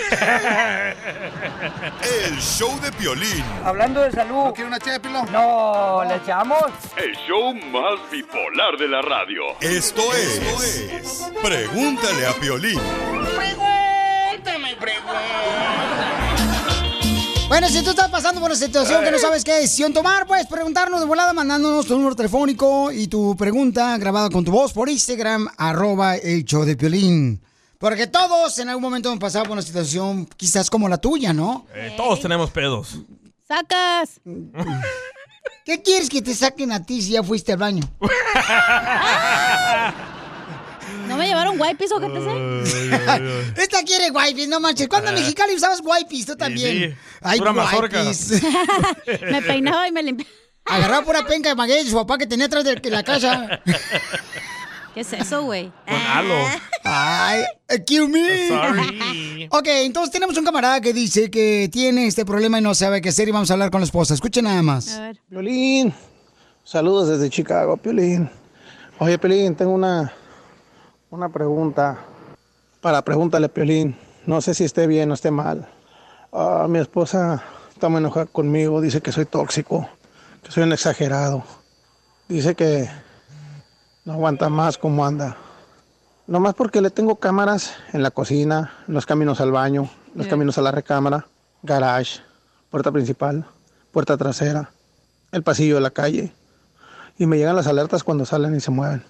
show de Piolín.
Hablando de salud. ¿No quiere una ché de pilón? No, ¿le echamos?
El show más bipolar de la radio.
Esto es, Pregúntale a Piolín.
Pregúntame preguntas.
Bueno, si tú estás pasando por una situación que no sabes qué decisión tomar, puedes preguntarnos de volada mandándonos tu número telefónico y tu pregunta grabada con tu voz por Instagram, arroba el show de Piolín. Porque todos en algún momento hemos pasado por una situación quizás como la tuya, ¿no?
Eh, todos tenemos pedos.
¡Sacas!
¿Qué quieres que te saquen a ti si ya fuiste al baño?
¿No me llevaron wipes o qué te
Esta quiere wipes, no manches. ¿Cuándo en
Eh.
Mexicali usabas wipes? Tú también.
sí,
Ay,
pura mazorca.
wipes.
Me peinaba y me limpiaba.
Agarraba pura penca de maguey de su papá que tenía atrás de la casa.
¿Qué es eso, güey?
Con halo.
Ay, eh, kill me.
Sorry.
Ok, entonces tenemos un camarada que dice que tiene este problema y no sabe qué hacer y vamos a hablar con la esposa. Escuchen nada más.
Piolín, saludos desde Chicago, Piolín. Oye, Piolín, tengo una, una pregunta. Para pregúntale, Piolín, no sé si esté bien o esté mal. Ah, mi esposa está muy enojada conmigo, dice que soy tóxico, que soy un exagerado. Dice que no aguanta más como anda. Nomás porque le tengo cámaras en la cocina, en los caminos al baño, los
Eh.
caminos a la recámara, garage, puerta principal, puerta trasera, el pasillo de la calle. Y me llegan las alertas cuando salen y se mueven.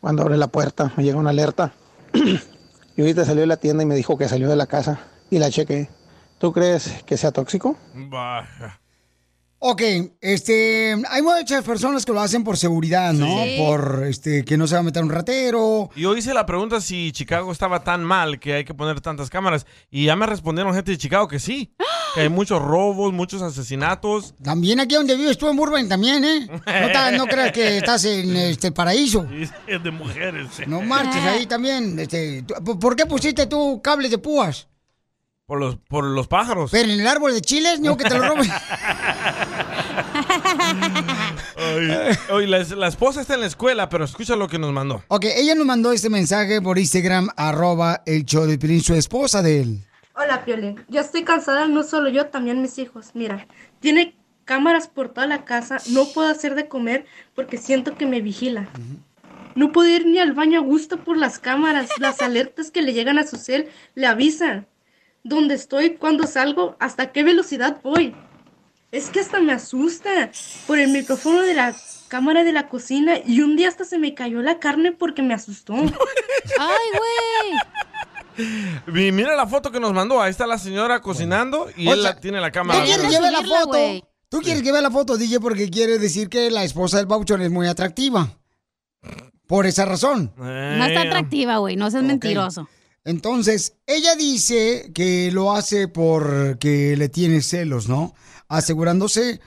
Cuando abre la puerta, me llega una alerta. y ahorita salió de la tienda y me dijo que salió de la casa y la chequé. ¿Tú crees que sea tóxico?
Bah.
Ok, este, hay muchas personas que lo hacen por seguridad, ¿no?
Sí.
Por este, que no se va a meter un ratero.
Yo hice la pregunta si Chicago estaba tan mal que hay que poner tantas cámaras. Y ya me respondieron gente de Chicago que sí. Que hay muchos robos, muchos asesinanatos.
También aquí donde vives tú en Burbank también, ¿eh? No, ta- no creas que estás en este el paraíso.
Es de mujeres. eh.
No marches ahí también. Este, tú- ¿por- ¿Por qué pusiste tú cables de púas?
Por los, por los pájaros.
Pero en el árbol de chiles, no que te lo roben.
Ay, oye, la, la esposa está en la escuela, pero escucha lo que nos mandó.
Ok, ella nos mandó este mensaje por Instagram, arroba el show de Piolín, su esposa de él.
Hola, Piolín. Yo estoy cansada, no solo yo, también mis hijos. Mira, tiene cámaras por toda la casa, no puedo hacer de comer porque siento que me vigila. No puedo ir ni al baño a gusto por las cámaras, las alertas que le llegan a su cel le avisan. ¿Dónde estoy? ¿Cuándo salgo? ¿Hasta qué velocidad voy? Es que hasta me asusta por el micrófono de la cámara de la cocina y un día hasta se me cayó la carne porque me asustó. ¡Ay, güey!
Y mira la foto que nos mandó. Ahí está la señora cocinando y
O
él
sea,
la, tiene la
¿Tú
cámara.
quieres que vea la
subirla,
foto?
güey.
¿Tú quieres que vea la foto, DJ? Porque quiere decir que la esposa del Bauchón es muy atractiva. Por esa razón.
No está atractiva, güey. No seas mentiroso.
Entonces, ella dice que lo hace porque le tiene celos, ¿no? Asegurándose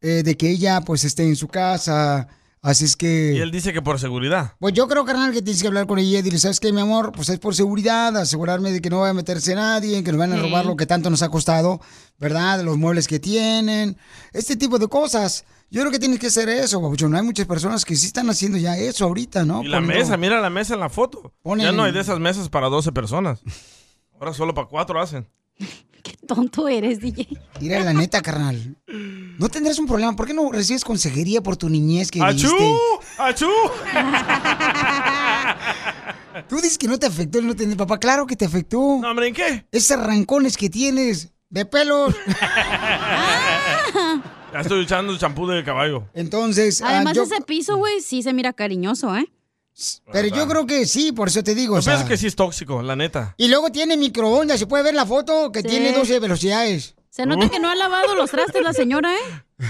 eh, de que ella pues esté en su casa. Así es que...
Y él dice que por seguridad.
Pues yo creo, carnal, que tienes que hablar con ella y dile, ¿sabes qué, mi amor? Pues es por seguridad, asegurarme de que no vaya a meterse nadie, que nos van a
Sí.
robar lo que tanto nos ha costado, ¿verdad? Los muebles que tienen, este tipo de cosas. Yo creo que tienes que hacer eso, babuchón. Hay muchas personas que sí están haciendo ya eso ahorita, ¿no?
Y la
Poniendo-
mesa, mira la mesa en la foto.
Ponen-
Ya no hay de esas mesas para 12 personas. Ahora solo para cuatro hacen.
Tonto eres, DJ.
Mira, la neta, carnal. No tendrás un problema. ¿Por qué no recibes consejería por tu niñez que
¡Achú!
viviste?
¡Achú!
Tú dices que no te afectó el no tener papá. Claro que te afectó.
No, hombre, ¿en qué?
Esos arrancones que tienes de pelos.
Ya estoy echando champú de caballo.
Entonces, ah,
Además,
yo-
ese piso, güey, sí se mira cariñoso, ¿eh?
pero yo creo que sí, por eso te digo. o
Ah. Yo
sea.
pienso que sí es tóxico, la neta.
Y luego tiene microondas, se puede ver la foto que
Sí.
tiene 12 velocidades. Uh.
Se nota que no ha lavado los trastes la señora, ¿eh?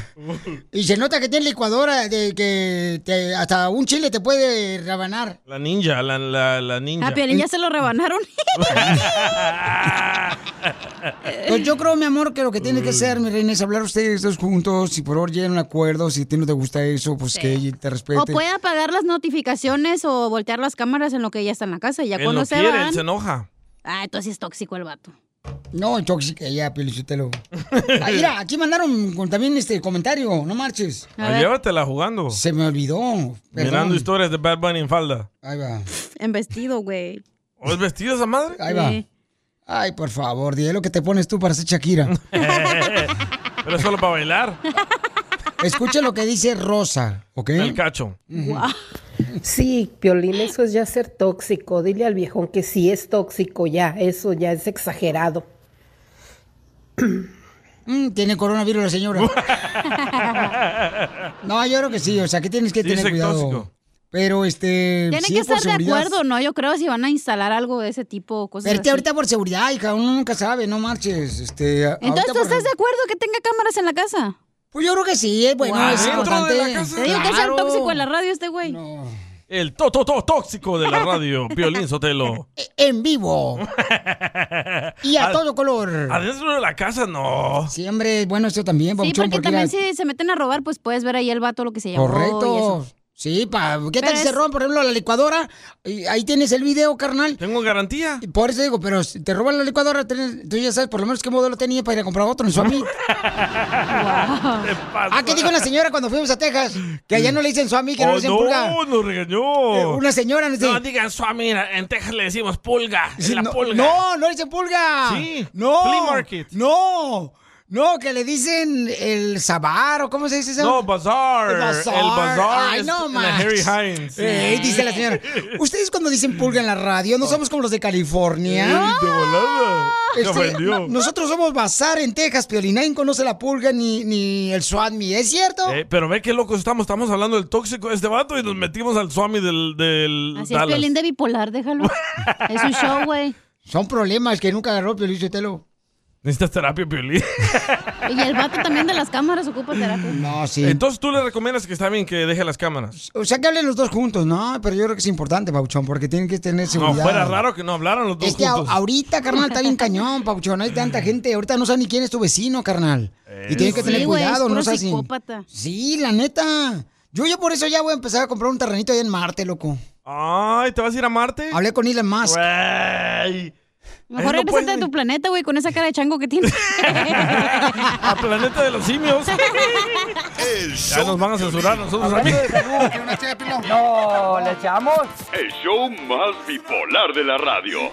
Y se nota que tiene licuadora de que te- hasta un chile te puede rebanar.
La ninja, la, la, la ninja.
A Ah,
Eh.
Piolín ya se lo rebanaron.
Pues yo creo, mi amor, que lo que tiene que hacer, mi reina, es hablar ustedes dos juntos. Si por favor llegan a un acuerdo, si a ti no te gusta eso, pues que ella te respete.
O puede apagar las notificaciones o voltear las cámaras en lo que ella está en la casa. Y ya
Él
cuando
no
se
quiere,
van...
él se enoja.
Ah, entonces es tóxico el vato.
No, tóxica, ya, Pielichotelo. Ah, mira, aquí mandaron con- también este comentario, no marches.
Ah, Llévatela jugando.
Se me olvidó.
Mirando historias de Bad Bunny en falda.
Ahí va.
En vestido, güey.
¿O es vestido esa madre?
Ahí va. Ay, por favor, dile lo que te pones tú para ser Shakira.
Pero es solo para bailar.
Escucha lo que dice Rosa, ¿ok?
El cacho.
Sí, Piolín, eso es ya ser tóxico. Dile al viejón que si es tóxico ya, eso ya es exagerado.
Mm, tiene coronavirus la señora. no, yo creo que sí, o sea, que tienes que
Sí,
tener
es
cuidado.
tóxico.
Pero este.
Tienen
sí,
que
por
estar de
seguridad.
acuerdo, ¿no? Pues, Yo creo si van a instalar algo de ese tipo, cosas
Verte
así.
ahorita por seguridad, hija, uno nunca sabe, no marches. Este, a-
Entonces,
ahorita
¿tú
por-
estás de acuerdo que tenga cámaras en la casa?
Pues yo creo que sí, es bueno, es importante.
Te digo que es el
Claro.
tóxico en la radio este güey.
El to, to, to- tóxico de la radio, Piolín Sotelo.
E, En vivo. Y a
Ad-
todo color.
Adentro de la casa, no.
Sí, hombre, bueno, esto también,
Sí,
Pabuchón,
porque, también
mira,
si se meten a robar, pues puedes ver ahí el vato lo que se llamó. y
Correcto.
eso.
Sí, pa, ¿qué
Pero
tal si se
es-
roban, por ejemplo, la licuadora? Y ahí tienes el video, carnal.
Tengo garantía.
Por eso digo, pero si te roban la licuadora, tienes- tú ya sabes por lo menos qué modelo tenía para ir a comprar otro en su amigo. Ah, ¿qué dijo una señora cuando fuimos a Texas? Que allá no le dicen su amigo, que no
Oh,
le dicen pulga.
no, nos regañó.
Eh, una señora, no
no
sé.
digan Swami, en Texas le decimos pulga. es
Sí,
la
no,
pulga.
no, no le dicen pulga.
Sí,
No.
flea market.
No. No, que le dicen el sabar o cómo se dice eso.
No, bazar.
El
El
bazar.
bazar,
Ay,
es
no
la
más.
Harry Hines.
Ey, dice la señora. Ustedes cuando dicen pulga en la radio, no somos como los de California.
Oh. Ey, de volada. Se
Este,
ofendió.
no- nosotros somos bazar en Texas, pero ni nadie conoce la pulga ni, ni el swatmi, ¿es cierto?
Eh, pero ve qué locos estamos. Estamos hablando del tóxico de este vato y nos metimos al Swami del, del
Así es,
Dallas.
Piolín de bipolar, déjalo. es un show, güey.
Son problemas que nunca agarró Piolín Sotelo.
Necesitas terapia, Piolín.
Y el vato también de las cámaras ocupa terapia.
No, sí.
Entonces tú le recomiendas que está bien que deje las cámaras.
O sea que hablen los dos juntos, ¿no? Pero yo creo que es importante, Pauchón, porque tienen que tener seguridad.
No, fuera raro que no hablaran los dos
Es que a-
juntos. Mm.
ahorita, carnal, está bien cañón, Pauchón. Hay tanta gente. Ahorita no sabes ni quién es tu vecino, carnal. Y
Eh,
tienes que
Sí,
tener
güey, es
cuidado, no
puro
sabes ni-
psicópata.
Sí, la neta. Yo ya por eso ya voy a empezar a comprar un terrenito ahí en Marte, loco.
Ay, ¿te vas a ir a Marte?
Hablé con Elon Musk.
Güey.
Mejor
Eh, no
regresate de tu planeta, güey, con esa cara de chango que tienes.
A Planeta de los Simios. ya nos van a censurar nosotros aquí.
No, le echamos.
El show más bipolar de la radio.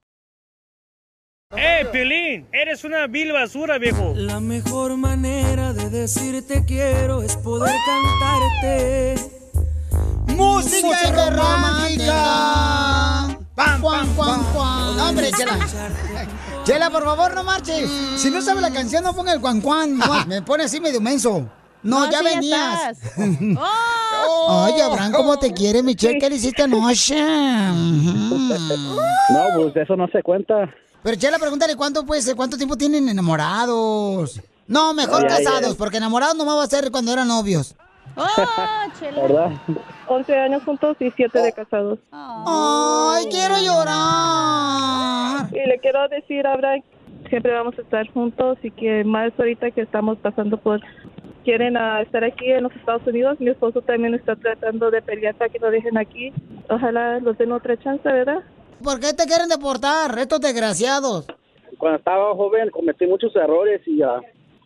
¡Eh, Piolín! Eres una vil basura, viejo.
La mejor manera de decirte quiero es poder cantarte.
¡Música romántica! ¡Pam, pam, pam, pam! No, ¡Hombre, Chela! Chela, por favor, no marches. Si no sabe la canción, no ponga el cuan cuan. No, Me pone así medio menso. No,
No,
ya
sí, ya
venías.
estás.
Oh.
Ay, Abraham, ¿cómo te quiere, mi che? ¿Qué le hiciste anoche? Mm.
No, pues eso no se cuenta.
Pero Chela, pregúntale cuánto, pues, cuánto tiempo tienen enamorados. No, mejor
Ay, ay,
casados,
ay.
porque enamorados nomás va a ser cuando eran novios.
¿Verdad?
11 años juntos y 7 de casados.
¡Ay, quiero llorar!
Y le quiero decir a Brian, siempre vamos a estar juntos y que más ahorita que estamos pasando por... Quieren ah, estar aquí en los Estados Unidos. Mi esposo también está tratando de pelear para que lo dejen aquí. Ojalá los den otra chance, ¿verdad?
¿Por qué te quieren deportar, estos desgraciados?
Cuando estaba joven cometí muchos errores y ya.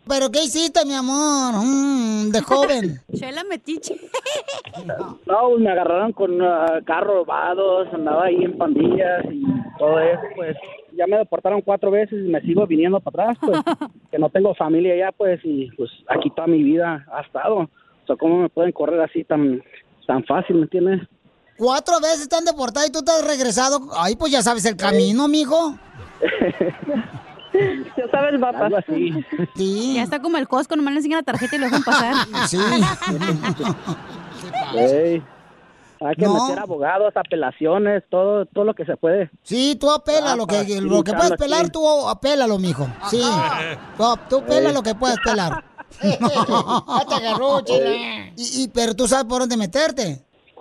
¿Pero qué hiciste, mi amor? Mm, de joven.
Chela metiche.
No, pues, me agarraron con ah, carros robados, andaba ahí en pandillas y todo eso, pues. Ya me deportaron cuatro veces y me sigo viniendo para atrás, pues. que no tengo familia ya, pues, y pues aquí toda mi vida ha estado. O sea, ¿cómo me pueden correr así tan, tan fácil, me entiendes?
Cuatro veces te han deportado y tú te has regresado. Ay, pues ya sabes el camino, mijo.
Ya sabes el mapa.
Sí.
Ya está como el Costco, nomás le enseñan la tarjeta y lo dejan pasar.
Sí.
Ey, Hay que
No.
meter abogados, apelaciones, todo, todo lo que se puede.
Sí, tú apela
Ah,
lo
para
que,
aquí,
lo que puedas
Carlos,
pelar,
sí.
tú apélalo, mijo. Sí. Tú, tú pela lo que puedas pelar. Eh. Ya te agarró, chela. Y, y- pero tú sabes por dónde meterte.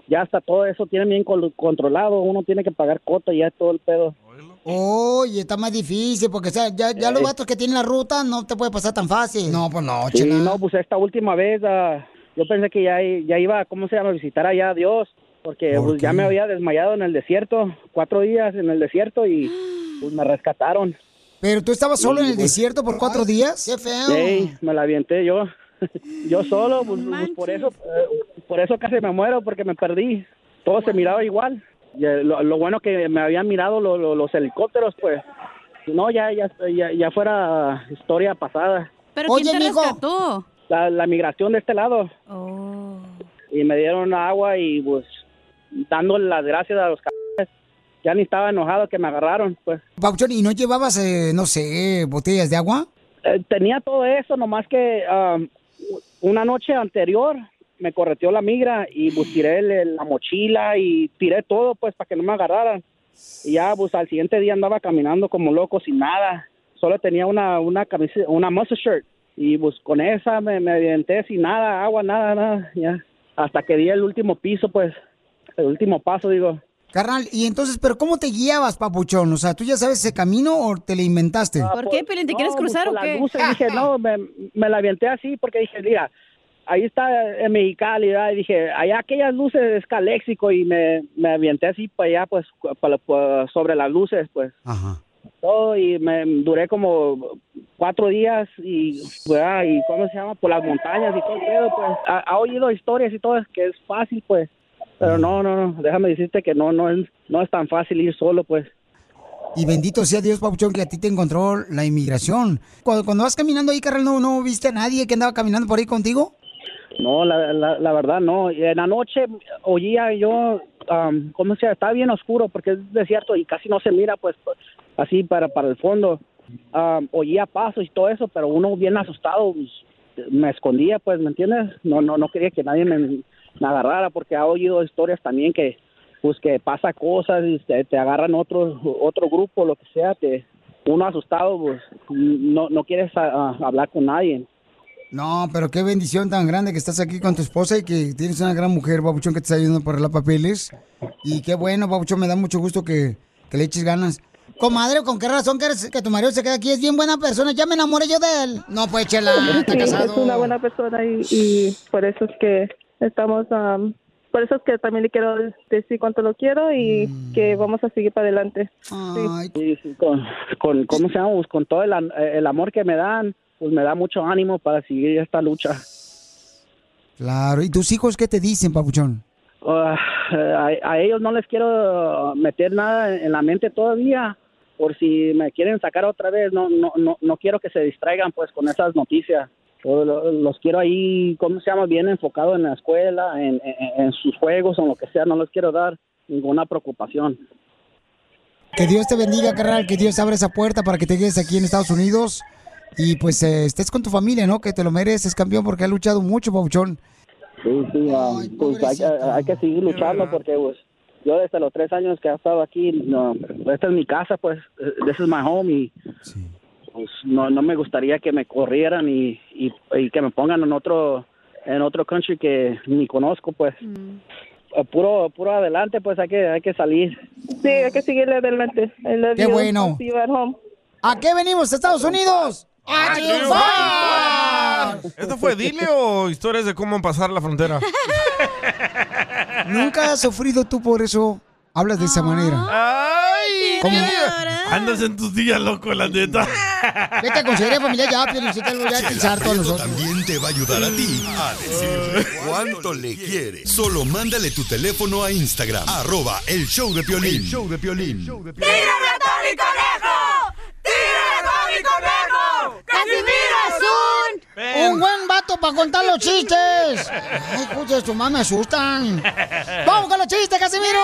Ya hasta todo eso tiene bien col- controlado. Uno tiene que pagar cuota y ya todo el pedo.
Oye, está más difícil porque o sea, ya, ya los vatos que tienen la ruta no te puede pasar tan fácil. Eh. No, pues no,
Sí,
chela.
no, pues esta última vez ah, yo pensé que ya, i- ya iba, ¿cómo se llama? A visitar allá a Dios. Porque
¿Por
pues, ya
qué?
me había desmayado en el desierto. Cuatro días en el desierto y pues, me rescataron.
Pero tú estabas solo en el
Sí,
desierto por cuatro días. Qué feo.
Ey, me la avienté yo. Yo solo, pues, pues, por eso eh, por eso casi me muero, porque me perdí. Todo se miraba igual. Y, eh, lo, lo bueno que me habían mirado lo- lo- los helicópteros, pues. No, ya, ya, ya, ya fuera historia pasada.
Pero ¿quién te rescató?
La, la migración de este lado.
Oh.
Y me dieron agua y, pues, dándole las gracias a los cabrones. Ya ni estaba enojado que me agarraron, pues.
Pauchón, ¿y no llevabas, eh, no sé, botellas de agua?
Eh, tenía todo eso, nomás que am, una noche anterior me correteó la migra y pues tiré el- la mochila y tiré todo pues para que no me agarraran. Y ya pues al siguiente día andaba caminando como loco sin nada. Solo tenía una, una camisa, una muscle shirt y pues con esa me, me aventé sin nada, agua, nada, nada, ya. Hasta que di el último piso pues, el último paso digo.
Carnal, y entonces, ¿pero cómo te guiabas, papuchón? O sea, ¿tú ya sabes ese camino o te lo inventaste?
¿Por qué, Pelín? ¿Te
No,
quieres
pues,
cruzar
por
o
las
qué?
luces, dije, no, me, me la avienté así porque dije, mira, ahí está en Mexicali, ¿verdad? Y dije, allá aquellas luces es Caléxico y me, me avienté así para allá, pues, para, para- sobre las luces, pues.
Ajá.
Todo y me duré como cuatro días y, ¿verdad? y ¿cómo se llama? Por las montañas y todo el pedo, pues. Ha, ha oído historias y todo, es que es fácil, pues. Pero no, no, no, déjame decirte que no, no es, no es tan fácil ir solo, pues.
Y bendito sea Dios, papuchón, que a ti te encontró la inmigración. Cuando, cuando vas caminando ahí, carnal, ¿no, ¿no viste a nadie que andaba caminando por ahí contigo?
No, la, la, la verdad no. Y En la noche oía yo, am, ¿cómo se llama? Está bien oscuro porque es desierto y casi no se mira, pues, así para, para el fondo. Am, oía pasos y todo eso, pero uno bien asustado pues, me escondía, pues, ¿me entiendes? No, no, no quería que nadie me, me agarrara porque ha oído historias también que, pues, que pasa cosas y te, te agarran otro, otro grupo, lo que sea, te, uno asustado, pues, no, no quieres ah, ah, hablar con nadie.
No, pero qué bendición tan grande que estás aquí con tu esposa y que tienes una gran mujer, papuchón, que te está ayudando para arreglar papeles. Y qué bueno, papuchón, me da mucho gusto que, que le eches ganas. Comadre, ¿con qué razón quieres que tu marido se quede aquí? Es bien buena persona, ya me enamoré yo de él. No, pues, chela, está
Sí,
casado.
es una buena persona y, y por eso es que estamos, am, por eso es que también le quiero decir cuánto lo quiero y
Mm.
que vamos a seguir para adelante.
Ah.
Sí.
Sí, sí, con, con, ¿cómo se llama? Pues con todo el, an- eh, el amor que me dan, pues me da mucho ánimo para seguir esta lucha.
Claro, ¿y tus hijos qué te dicen, papuchón?
Ah, a, a ellos no les quiero meter nada en la mente todavía, por si me quieren sacar otra vez, no, no, no, no quiero que se distraigan pues con esas noticias. Yo lo- Los quiero ahí, ¿cómo se llama? Bien enfocados en la escuela, en, en, en sus juegos, en lo que sea, no les quiero dar ninguna preocupación.
Que Dios te bendiga, carnal, que Dios abra esa puerta para que te quedes aquí en Estados Unidos y pues eh, estés con tu familia, ¿no? Que te lo mereces, campeón, porque has luchado mucho, Pabuchón.
Sí, sí, um, pues hay, que- hay que seguir luchando porque pues, yo desde los tres años que he estado aquí, no, esta es mi casa, pues, eh, this is my home y pues, no, no me gustaría que me corrieran y, y, y que me pongan en otro en otro country que ni conozco, pues.
Mm.
Eh, Puro puro adelante, pues hay que hay que salir.
Sí, hay que seguirle adelante. I love
Qué
you.
bueno.
See you at home.
¿A qué venimos a Estados Unidos? ¡A triunfar!
¿Esto fue Dile o historias de cómo pasar la frontera?
Nunca has sufrido tú por eso. Hablas
Ah.
de esa manera.
¡Ay!
¿Cómo?
Andas en tus días, loco, la neta.
¿Qué te consideré familia ya, Piolín? Sí, te voy a
Chela
pisar todos
Prieto
nosotros.
también te va a ayudar a ti a decirle cuánto le quiere. Solo mándale tu teléfono a Instagram, arroba el show de Piolín.
El
show de Piolín.
¡Tírame a Tony Conejo! ¡Tírame a Tony Conejo! ¡Casimiro es un...
Un buen vato para contar los chistes. Ay, escucha, tu mamá me asustan. ¡Vamos con los chistes, Casimiro!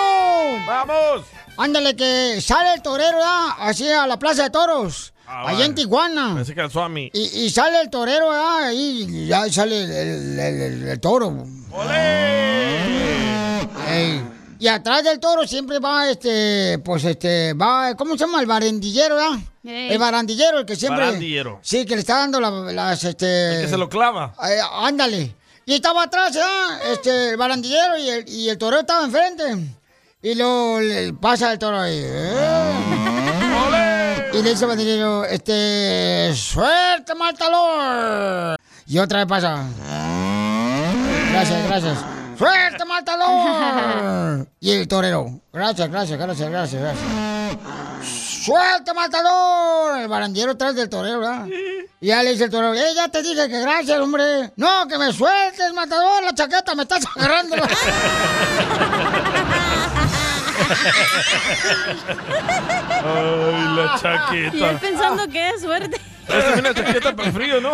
¡Vamos!
Ándale, que sale el torero, ¿verdad? Así a la Plaza de Toros.
Ah,
allá
vale.
en Tijuana.
Pensé que al Swami.
Y, y sale el torero, ¿verdad? Y ya sale el, el- el- el- el toro. ¡Olé! Y atrás del toro siempre va este, pues este, va, ¿cómo se llama? El barandillero, ¿verdad?
Ey.
El barandillero, el que siempre.
Barandillero.
Sí, que le está dando la- las, este.
Que se lo clava.
Eh, ándale. Y estaba atrás, ¿eh? Este, el barandillero y el, y el torero estaba enfrente. Y luego le pasa el toro ahí. ¡eh! Y le dice al barandillero, este, suerte, mal talón. Y otra vez pasa. Gracias, gracias. ¡Suerte, mal talón! Y el torero. Gracias, gracias, gracias, gracias, gracias. ¡Suelta, matador! El barandillero atrás del torero, ¿verdad? Y ya le dice el torero, ¡eh, ya te dije que gracias, hombre! ¡No, que me sueltes, matador! ¡La chaqueta me estás agarrando!
Ay, la chaqueta.
Y él pensando que es suerte.
Esta es una chaqueta para el frío, ¿no?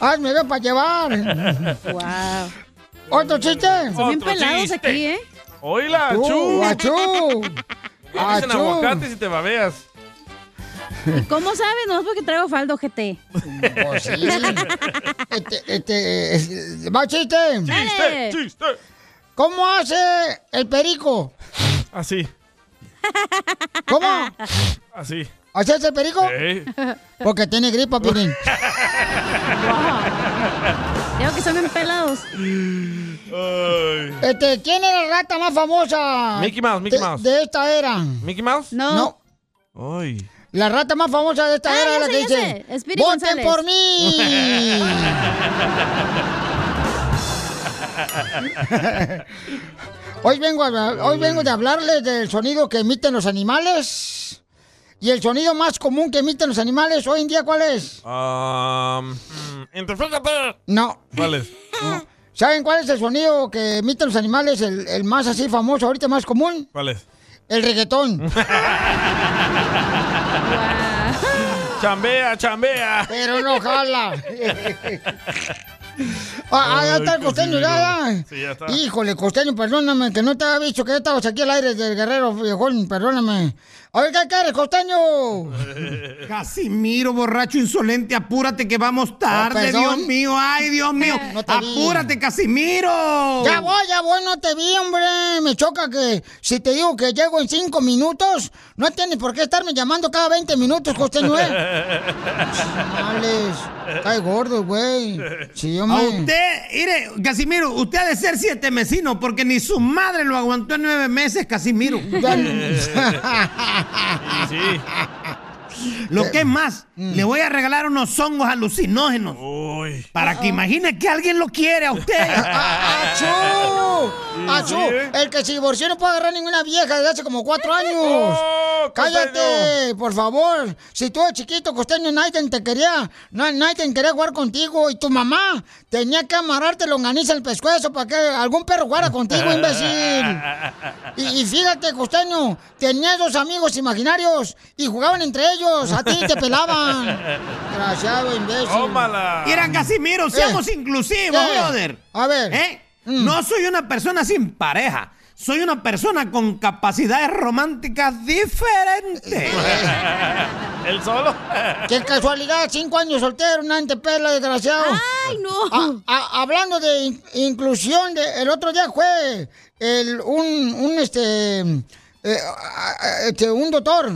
¡Hazme ve para llevar!
Wow.
¿Otro chiste?
Son bien Otro pelados chiste. aquí, ¿eh?
Oíla,
Tú,
achú.
achú.
No dicen
Achú.
aguacate si te babeas.
¿Y ¿Cómo sabes? No es porque traigo faldo, GT.
Pues sí. Este, este, es- ¿Va chiste?
Dale. Chiste,
¿Cómo hace el perico?
Así,
¿Cómo?
así.
¿Así hace el perico?
Sí.
Porque tiene gripa, Piolín.
Digo que son bien pelados.
Este, ¿quién era la rata más famosa?
Mickey Mouse, Mickey
de-
Mouse.
De esta era.
¿Mickey Mouse?
No.
Ay.
La rata más famosa de esta
Ah,
era
ya
era la
sé,
que
ya
dice.
sé. Speedy
¡Voten
González".
por mí! Hoy vengo, a- hoy vengo de hablarles del sonido que emiten los animales. Y el sonido más común que emiten los animales hoy en día, ¿cuál es?
Um, mm, interfíjate.
No.
¿Cuál es?
¿Saben cuál es el sonido que emiten los animales, el, el más así famoso, ahorita más común?
¿Cuál es?
El reggaetón.
Chambea, chambea.
Pero no jala. Ah, ah, ya está el
Ay, Casimiro.
costeño, ya, ya.
Sí, ya está.
Híjole, costeño, perdóname, que no te había visto que ya estabas aquí al aire del guerrero, viejón, perdóname. A ver, ¿qué quieres, costeño?
Casimiro, borracho insolente, apúrate que vamos
Oh,
tarde,
Oh, perdón.
Dios mío, ay, Dios mío,
Eh,
apúrate, Casimiro.
Ya voy, ya voy, no te vi, hombre. Me choca que si te digo que llego en cinco minutos, no tienes por qué estarme llamando cada 20 minutos, costeño. ¿eh? Males. Cae gordo, güey. Sí,
A
hombre.
usted, mire, Casimiro, usted ha de ser siete mesino, porque ni su madre lo aguantó en nueve meses, Casimiro.
Eh,
Lo que es más,
mm.
le voy a regalar unos hongos alucinógenos. Para que imagine que alguien lo quiere a usted.
Ah, ¡Achú! ¡Achú! Oh, El que se divorció no puede agarrar ninguna vieja desde hace como cuatro años. ¡Cállate, por favor! Si tú de chiquito, costeño, nadie te quería, na- nadie te quería jugar contigo y tu mamá tenía que amarrarte longaniza el pescuezo para que algún perro jugara contigo, imbécil. Y, y fíjate, costeño, tenías dos amigos imaginarios y jugaban entre ellos, a ti te pelaban. Desgraciado, imbécil.
Tómala. Mira, Casimiro, seamos inclusivos, brother.
ah, Eh, A ver. Mm.
¿Eh? No soy una persona sin pareja. Soy una persona con capacidades románticas diferentes.
¿El solo?
Qué casualidad, cinco años soltero, una pela, desgraciado. Ah,
¡Ay, no!
hablando de in- inclusión, de- el otro día fue el, un, un, este, eh, a- a- este, un doctor.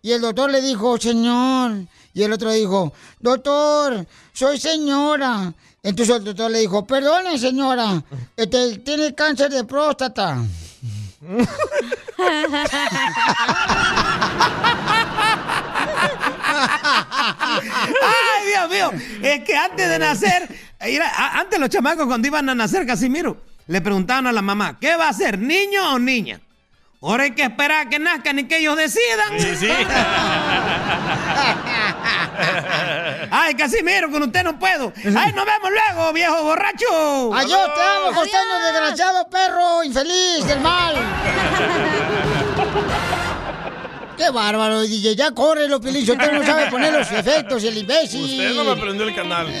Y el doctor le dijo, señor. Y el otro dijo, doctor, soy señora. Entonces el doctor le dijo, perdone señora, este, tiene cáncer de próstata.
Ay, Dios mío. Es que antes de nacer, mira, a- antes los chamacos cuando iban a nacer, Casimiro, le preguntaban a la mamá, ¿qué va a ser, niño o niña? Ahora hay que esperar a que nazcan y que ellos decidan.
Sí, sí.
Ay, Casimiro, con usted no puedo. Ay, nos vemos luego, viejo borracho.
Adiós, te amo, costeño, desgraciado perro, infeliz del mal. Qué bárbaro, DJ, ya corre lo pilicho, usted no sabe poner los efectos, el imbécil.
Usted no me prendió el canal.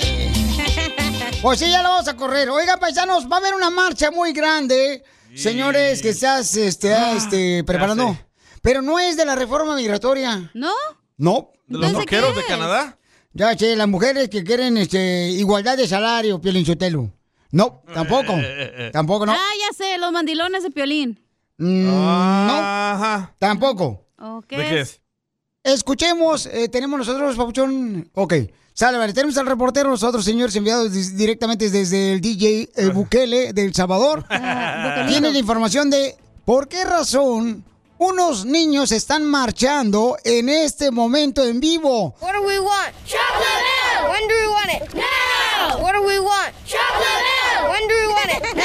Pues sí, ya lo vamos a correr. Oiga, paisanos, va a haber una marcha muy grande, señores, que estás este, ah, este, preparando. Pero no es de la reforma migratoria.
¿No?
No.
¿De los roqueros de Canadá?
Ya sé, las mujeres que quieren este, igualdad de salario, Pielinsotelo. No, tampoco. Tampoco, no.
Ah, ya sé, los mandilones de Piolín.
Mm, no. Tampoco.
Ok.
Escuchemos, eh, tenemos nosotros, Papuchón. Ok. Sale, vale. Tenemos al reportero, nosotros, señores, enviados dis- directamente desde el DJ eh, Bukele del Salvador.
Ah,
Tiene la información de por qué razón unos niños están marchando en este momento en vivo.
What do we want? Chocolate milk! When do we want it? Now! What do we want? Chocolate milk! When do we want it? Now!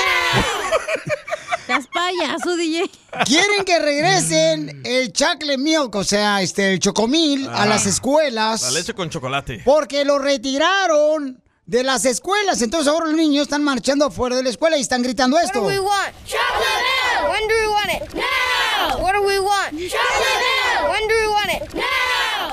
Estás payaso, DJ.
Quieren que
Mm.
regresen el chacle milk, o sea, este, el chocomil a
Ah,
las escuelas.
La leche con chocolate.
Porque lo retiraron de las escuelas. Entonces ahora los niños están marchando afuera de la escuela y están gritando esto.
What do we want? Chocolate milk! When do we want it? Now! What do we want? Chocolate milk! When do we want it? Now!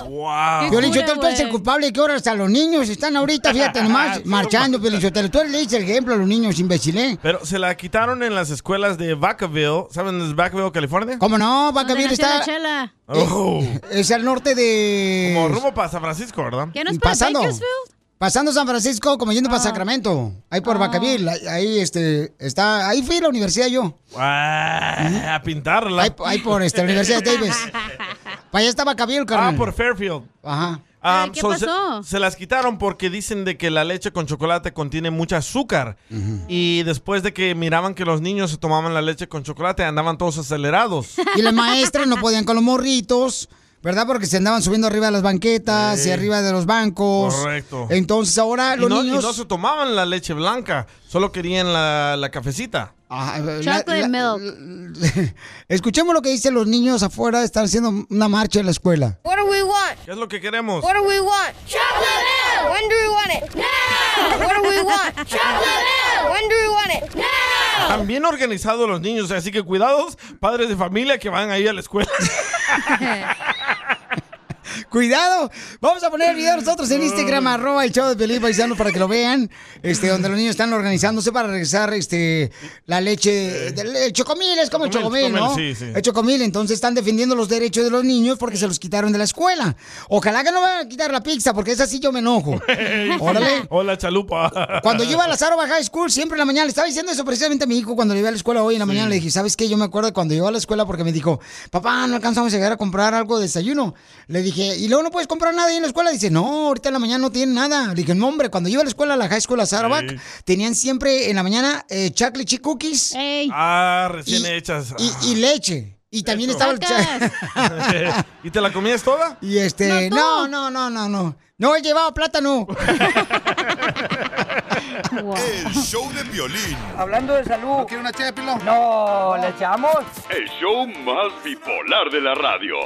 Wow.
Piolín Sotelo, tú eres el culpable que ahora hasta los niños están ahorita, fíjate
Ah,
nomás, marchando, Piolín Sotelo. Tú le dices el ejemplo a los niños, imbécil. ¿eh?
Pero se la quitaron en las escuelas de Vacaville. ¿Saben dónde es Vacaville, California?
¿Cómo no? Va a
Donde
cambiar
nació la
está...
chela.
Oh.
Es al norte de...
Como rumbo para San Francisco, ¿verdad?
¿Qué no es para
Pasando.
Bakersfield?
Pasando San Francisco, como yendo para Sacramento, ahí por
Ah.
Bacaville, ahí, ahí, este, está, ahí fui a la universidad yo,
Ah, a pintarla.
ahí, ahí por este, la Universidad de Davis. Para allá está Bacaville,
Ah,
carnal.
por Fairfield.
Ajá.
Ah,
¿qué
so se-
pasó?
Se, las quitaron porque dicen de que la leche con chocolate contiene mucha azúcar. Y después de que miraban que los niños se tomaban la leche con chocolate, andaban todos acelerados.
Y las maestras no podían con los morritos, ¿verdad? Porque se andaban subiendo arriba de las banquetas
Sí.
y arriba de los bancos.
Correcto.
Entonces ahora
Y
los
no, y
niños...
no se tomaban la leche blanca, solo querían la, la cafecita.
eh, la-
Chocolate
la-
milk.
Escuchemos lo que dicen los niños afuera, están haciendo una marcha en la escuela.
What do we want?
¿Qué es lo que queremos?
What do we want? Chocolate milk! When do we want it? Now! What do we want? Chocolate milk! When do we want it? Now!
Están bien organizados los niños, así que cuidados, padres de familia que van ahí a la escuela.
Cuidado, vamos a poner el video nosotros en
Mm.
Instagram, arroba el chavo de Pelín Paisano para que lo vean, este, donde los niños están organizándose para regresar este, la leche, el chocomil, es como el
Chocomil,
chocomil, ¿no?
chocomil, sí, sí.
El chocomil, entonces están defendiendo los derechos de los niños porque se los quitaron de la escuela. Ojalá que no vayan a quitar la pizza, porque esa sí yo me enojo. Órale.
Hola, chalupa.
Cuando yo iba a la Zaroba High School, siempre en la mañana, le estaba diciendo eso precisamente a mi hijo cuando le iba a la escuela hoy en la mañana, le dije, ¿sabes qué? Yo me acuerdo cuando iba a la escuela porque me dijo, papá, no alcanzamos a llegar a comprar algo de desayuno. Le dije, ¿y luego no puedes comprar nada ahí en la escuela? Dice, no, ahorita en la mañana no tienen nada. Le dije, no, hombre, cuando yo iba a la escuela, a la High School, a Sarawak, tenían siempre en la mañana eh, chocolate chip cookies
Ah, recién hechas.
y, y leche. Y también estaba el cha-
¿Y te la comías toda?
Y este, no, no, no, no, no. No, él llevaba plátano.
El show de violín.
Hablando de salud. ¿No quiere una ché de pilón? No, ¿le echamos?
El show más bipolar de la radio.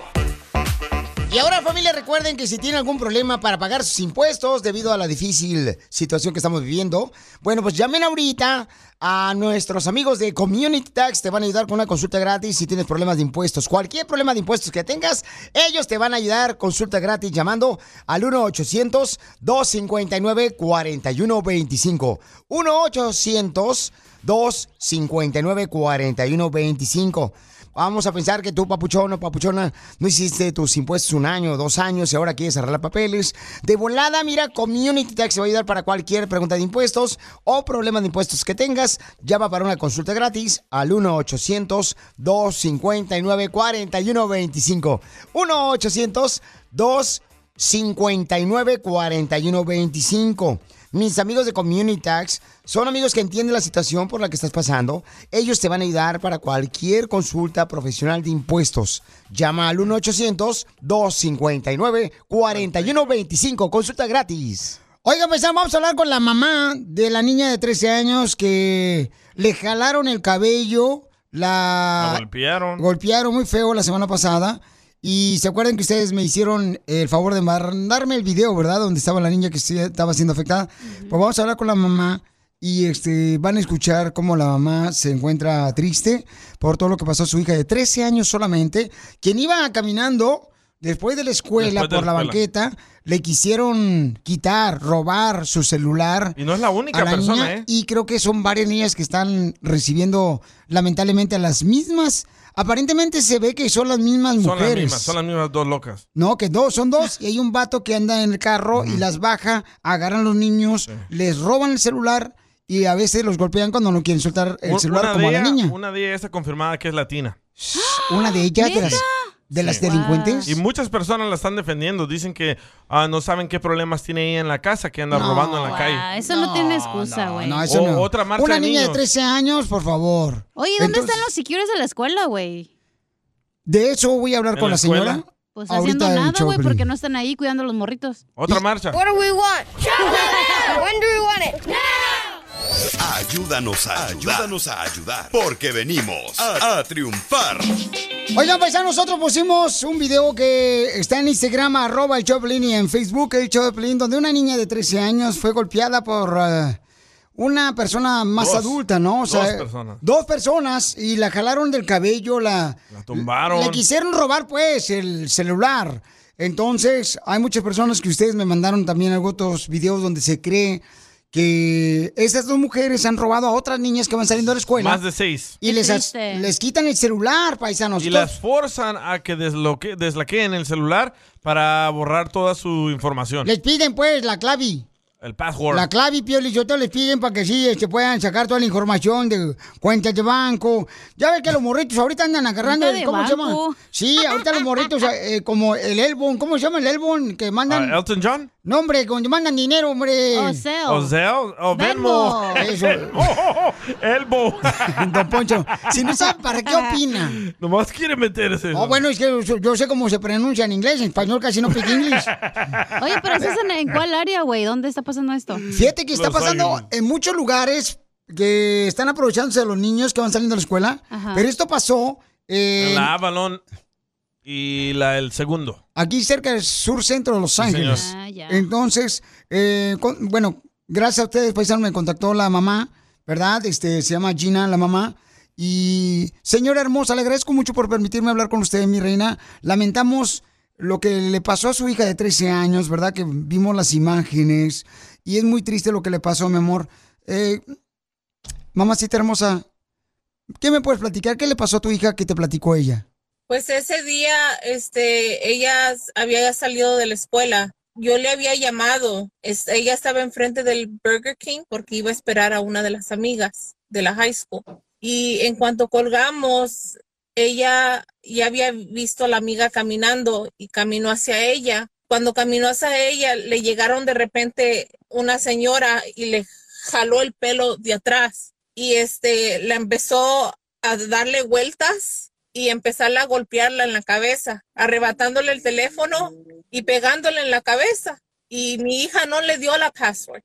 Y ahora familia, recuerden que si tienen algún problema para pagar sus impuestos debido a la difícil situación que estamos viviendo, bueno, pues llamen ahorita a nuestros amigos de Community Tax, te van a ayudar con una consulta gratis si tienes problemas de impuestos. Cualquier problema de impuestos que tengas, ellos te van a ayudar consulta gratis llamando al 1-800-259-4125. 1-800. 259-4125. Vamos a pensar que tú, papuchón o papuchona, no hiciste tus impuestos un año, dos años y ahora quieres arreglar papeles. De volada, mira, Community Tax te va a ayudar para cualquier pregunta de impuestos o problema de impuestos que tengas. Llama para una consulta gratis al 1-800-259-4125. 1-800-259-4125. 594125. Mis amigos de Community Tax son amigos que entienden la situación por la que estás pasando. Ellos te van a ayudar para cualquier consulta profesional de impuestos. Llama al 1-800-259-4125. Consulta gratis. Oiga, pues vamos a hablar con la mamá de la niña de 13 años que le jalaron el cabello, la...
La golpearon.
Golpearon muy feo la semana pasada. Y se acuerdan que ustedes me hicieron el favor de mandarme el video, ¿verdad? Donde estaba la niña que sí estaba siendo afectada. Pues vamos a hablar con la mamá y este, van a escuchar cómo la mamá se encuentra triste por todo lo que pasó a su hija de 13 años solamente, quien iba caminando después de la escuela
Después de
por
la
la,
escuela.
banqueta. Le quisieron quitar, robar su celular.
Y no es la única
a la
persona,
niña,
¿eh?
Y creo que son varias niñas que están recibiendo, lamentablemente, a las mismas. Aparentemente se ve que son las mismas
Son
mujeres.
las mismas, son las mismas dos locas.
No, que dos, son dos. Y hay un vato que anda en el carro y las baja, agarran a los niños, les roban el celular y a veces los golpean cuando no quieren soltar el celular como a la
ella-
niña.
Una de ellas está confirmada que es latina.
Una de ellas, de las, de las
Sí.
delincuentes.
Y muchas personas la están defendiendo. Dicen que ah, no saben qué problemas tiene ella en la casa, que anda
No. ah,
robando en la calle.
Ah, eso no, tiene excusa, güey.
No, eso
O-
no.
otra marcha
Una
de
niña de
niños.
13 años, por favor.
Oye, ¿dónde
Entonces,
están los secures de la escuela, güey?
De eso voy a hablar
¿En
con
la
la señora.
escuela?
Pues
Ahorita
haciendo
en
nada, güey,
Choplin.
porque no están ahí cuidando a los morritos.
Otra marcha.
What do we want? Chocolate! When do we want it?
Ayúdanos a ayudar. Ayúdanos a ayudar. Porque venimos a, a triunfar.
Oigan, paisanos, nosotros pusimos un video que está en Instagram, arroba el Choplin, y en Facebook el Choplin, donde una niña de 13 años fue golpeada por eh, una persona más
Dos.
adulta, ¿no? O
Dos
sea,
personas.
Dos personas, y la jalaron del cabello, la...
La tumbaron.
Le quisieron robar, pues, el celular. Entonces, hay muchas personas que ustedes me mandaron también algunos videos donde se cree que estas dos mujeres han robado a otras niñas que van saliendo de la escuela.
Más de seis.
Y les, as- les quitan el celular, paisanos.
Y las forzan a que desloque, deslaqueen el celular para borrar toda su información.
Les piden, pues, la clave.
El password.
La clave, Pioli, yo te les piden para que sí este, puedan sacar toda la información de cuentas de banco. Ya ves que los morritos ahorita andan agarrando
Cuenta
el-
de
¿Cómo se
banco.
llama? Sí, ahorita los morritos, eh, como el Elbon. ¿Cómo se llama el Elbon? Que mandan...
Ah, ¿Elton John?
No, hombre, cuando mandan dinero, hombre.
¿O Zelle? ¿O oh, Venmo? Oh,
Eso.
Elbo.
Don Poncho, si no sabe, ¿para qué opina?
Nomás quiere meterse.
Oh, bueno, es que yo- yo sé cómo se pronuncia en inglés, en español casi no pick inglés.
Oye, pero ¿eso es en, en cuál área, güey? ¿Dónde está pasando esto?
Fíjate que
Pues,
está pasando en muchos lugares que están aprovechándose de los niños que van saliendo de la escuela.
Ajá.
Pero esto pasó eh,
La Avalon y la, el segundo.
aquí cerca del sur centro de Los Ángeles.
señor. Ah,
Entonces, eh, con- bueno, gracias a ustedes, paisano, me contactó la mamá, ¿verdad? Este, se llama Gina, la mamá. Y señora hermosa, le agradezco mucho por permitirme hablar con usted, mi reina. Lamentamos lo que le pasó a su hija de 13 años, ¿verdad? Que vimos las imágenes y es muy triste lo que le pasó, mi amor. Eh, mamacita hermosa, ¿qué me puedes platicar? ¿Qué le pasó a tu hija que te platicó ella?
Pues ese día, este, ella s- había salido de la escuela. Yo le había llamado. Es- ella estaba enfrente del Burger King porque iba a esperar a una de las amigas de la high school. Y en cuanto colgamos, ella ya había visto a la amiga caminando y caminó hacia ella. Cuando caminó hacia ella, le llegaron de repente una señora y le jaló el pelo de atrás y este la empezó a darle vueltas y empezarla a golpearla en la cabeza, arrebatándole el teléfono y pegándole en la cabeza. Y mi hija no le dio la password.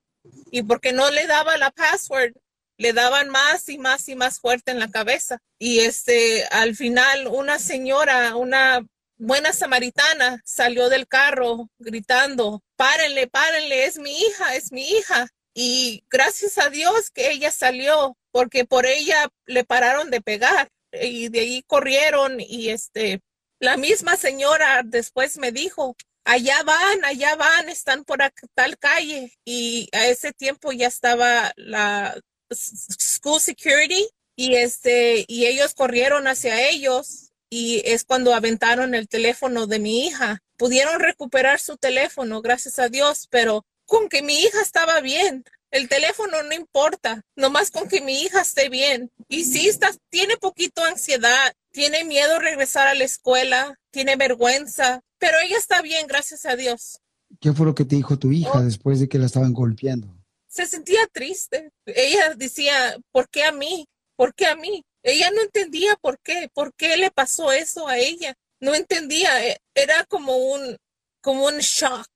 Y porque no le daba la password, le daban más y más y más fuerte en la cabeza. Y este, al final, una señora, una buena samaritana, salió del carro gritando, párenle, párenle, es mi hija, es mi hija. Y gracias a Dios que ella salió, porque por ella le pararon de pegar. Y de ahí corrieron y este, la misma señora después me dijo, allá van, allá van, están por ac- tal calle. Y a ese tiempo ya estaba la s- school security y este, y ellos corrieron hacia ellos y es cuando aventaron el teléfono de mi hija. Pudieron recuperar su teléfono, gracias a Dios, pero con que mi hija estaba bien. El teléfono no importa, nomás con que mi hija esté bien. Y si está, tiene poquito ansiedad, tiene miedo regresar a la escuela, tiene vergüenza, pero ella está bien, gracias a Dios.
¿Qué fue lo que te dijo tu
Oh.
hija después de que la estaban golpeando?
se sentía triste. Ella decía, ¿por qué a mí? ¿Por qué a mí? Ella no entendía por qué, por qué le pasó eso a ella. No entendía, e- era como un, como un shock,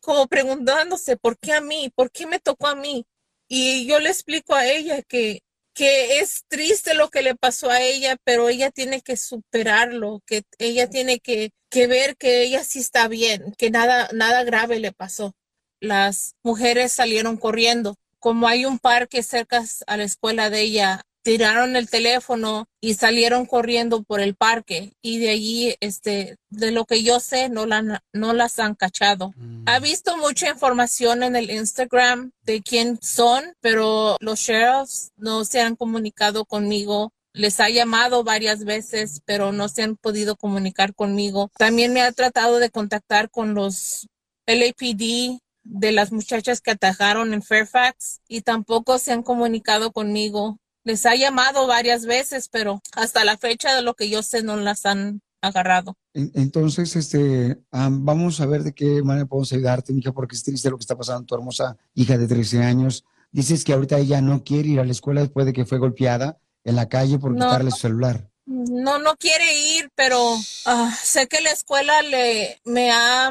como preguntándose, ¿por qué a mí? ¿Por qué me tocó a mí? Y yo le explico a ella que, que es triste lo que le pasó a ella, pero ella tiene que superarlo, que ella tiene que, que ver que ella sí está bien, que nada, nada grave le pasó las mujeres salieron corriendo. Como hay un parque cerca a la escuela de ella, tiraron el teléfono y salieron corriendo por el parque. Y de allí, este, de lo que yo sé, no, la han- no las han cachado. Ha visto mucha información en el Instagram de quién son, pero los sheriffs no se han comunicado conmigo. Les ha llamado varias veces, pero no se han podido comunicar conmigo. También me ha tratado de contactar con los LAPD, de las muchachas que atajaron en Fairfax y tampoco se han comunicado conmigo. Les ha llamado varias veces, pero hasta la fecha de lo que yo sé no las han agarrado.
En- Entonces, este, ah, vamos a ver de qué manera podemos ayudarte, mija, porque es triste lo que está pasando tu hermosa hija de 13 años. Dices que ahorita ella no quiere ir a la escuela después de que fue golpeada en la calle por
No.
quitarle su celular.
No, no quiere ir, pero ah, sé que la escuela le me ha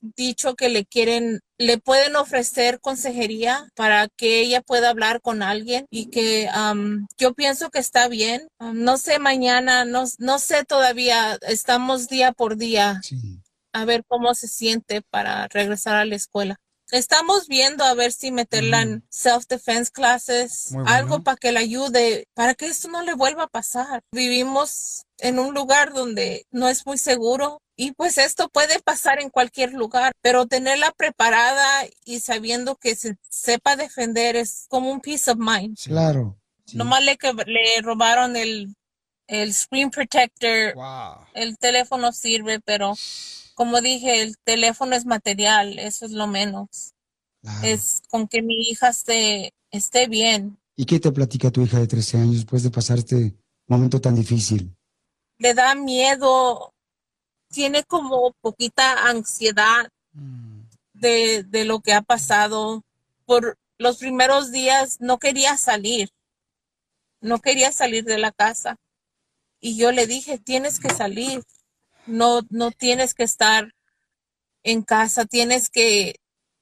dicho que le quieren, le pueden ofrecer consejería para que ella pueda hablar con alguien y que am, yo pienso que está bien. Am, no sé mañana, no, no sé todavía, estamos día por día a ver cómo se siente para regresar a la escuela. Estamos viendo a ver si meterla en self-defense classes,
Muy bueno.
algo para que la ayude, para que esto no le vuelva a pasar. Vivimos en un lugar donde no es muy seguro y pues esto puede pasar en cualquier lugar, pero tenerla preparada y sabiendo que se sepa defender es como un peace of mind.
Claro.
Nomás le, que, le robaron el, el screen protector. El teléfono sirve, pero como dije, el teléfono es material, eso es lo menos. Es con que mi hija esté, esté bien.
¿Y qué te platica tu hija de 13 años después de pasar este momento tan difícil?
Le da miedo, tiene como poquita ansiedad de, de lo que ha pasado. Por los primeros días no quería salir, no quería salir de la casa. Y yo le dije, tienes que salir, no, no tienes que estar en casa, tienes que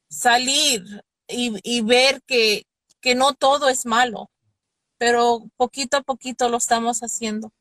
salir y, y ver que, que no todo es malo, pero poquito a poquito lo estamos haciendo.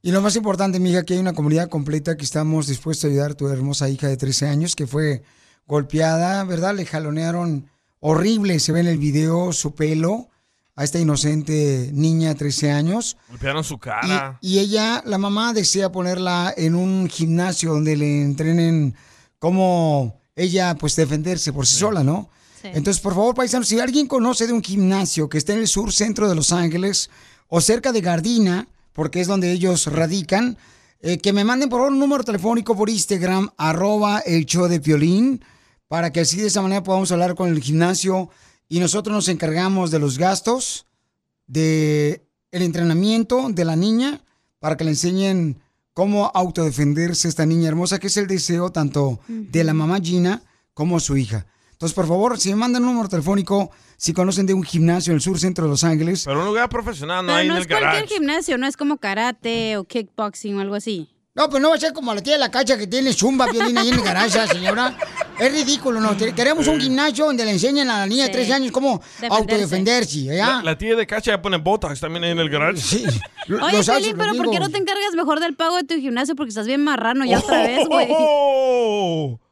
Y lo más importante, mija, que hay una comunidad completa que estamos dispuestos a ayudar a tu hermosa hija de 13 años que fue golpeada, ¿verdad? Le jalonearon horrible, se ve en el video su pelo a esta inocente niña de 13 años.
Golpearon su
Y-
cara.
Y, ella, la mamá, desea ponerla en un gimnasio donde le entrenen cómo ella, pues, defenderse por sí, sola, ¿no?
Sí.
Entonces, por favor, paisanos, si alguien conoce de un gimnasio que esté en el sur centro de Los Ángeles o cerca de Gardina, porque es donde ellos radican, eh, que me manden por favor un número telefónico por Instagram, arroba el show de Piolín, para que así de esa manera podamos hablar con el gimnasio y nosotros nos encargamos de los gastos de el entrenamiento de la niña para que le enseñen cómo autodefenderse esta niña hermosa, que es el deseo tanto de la mamá Gina como su hija. Entonces, por favor, si me mandan un número telefónico, si conocen de un gimnasio en el sur centro de Los Ángeles.
Pero un lugar profesional, no
Pero
hay
no
en
es
el
cualquier
garage.
gimnasio, no es como karate o kickboxing o algo así.
No, pues no va a ser como la tía de la cacha que tiene zumba, violín ahí en el garaje, señora. Es ridículo, ¿no? Te- Queremos un gimnasio donde le enseñen a la niña de 13 años cómo autodefenderse,
La,
¿ya?
la tía de Cacha ya pone botox también ahí en el garage.
Sí.
Oye, Felipe, pero ¿por qué no te encargas mejor del pago de tu gimnasio? Porque estás bien marrano ya otra
Oh,
vez, güey.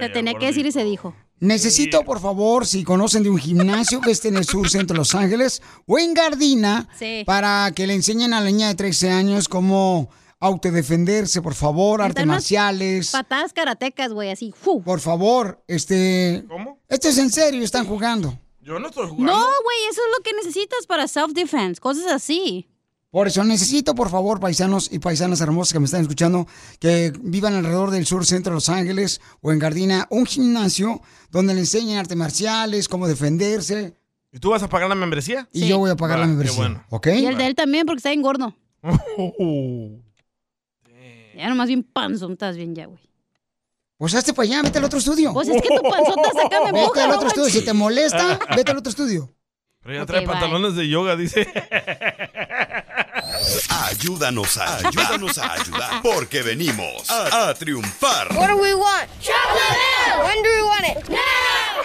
Se tenía que decir y se dijo.
Necesito, por favor, si conocen de un gimnasio que esté en el sur centro de Los Ángeles o en Gardina,
Sí.
para que le enseñen a la niña de 13 años cómo autodefenderse, por favor, artes
unas
marciales.
Patadas karatecas, güey, así.
Por favor, este...
¿Cómo?
Esto es en serio, están jugando.
Yo no estoy jugando.
No, güey, eso es lo que necesitas para self-defense, cosas así.
Por eso necesito, por favor, paisanos y paisanas hermosas que me están escuchando, que vivan alrededor del sur centro de Los Ángeles o en Gardina, un gimnasio donde le enseñen artes marciales, cómo defenderse.
¿Y tú vas a pagar la membresía?
Y yo voy a pagar la
Ah, qué
membresía.
bueno.
¿Ok?
Y el de él también, porque está bien gordo. Ya nomás bien panzón, estás bien ya, güey.
Pues hazte para allá, vete al otro estudio.
Pues es que tu panzota se acaba de
Vete
boca,
al
no
otro estudio,
manches.
si te molesta, vete al otro estudio.
Pero ya trae pantalones de yoga, dice.
Ayúdanos a ayudarnos a ayudar. Porque venimos a, a triunfar.
What do we want? Chocolate! When do we want it? Now!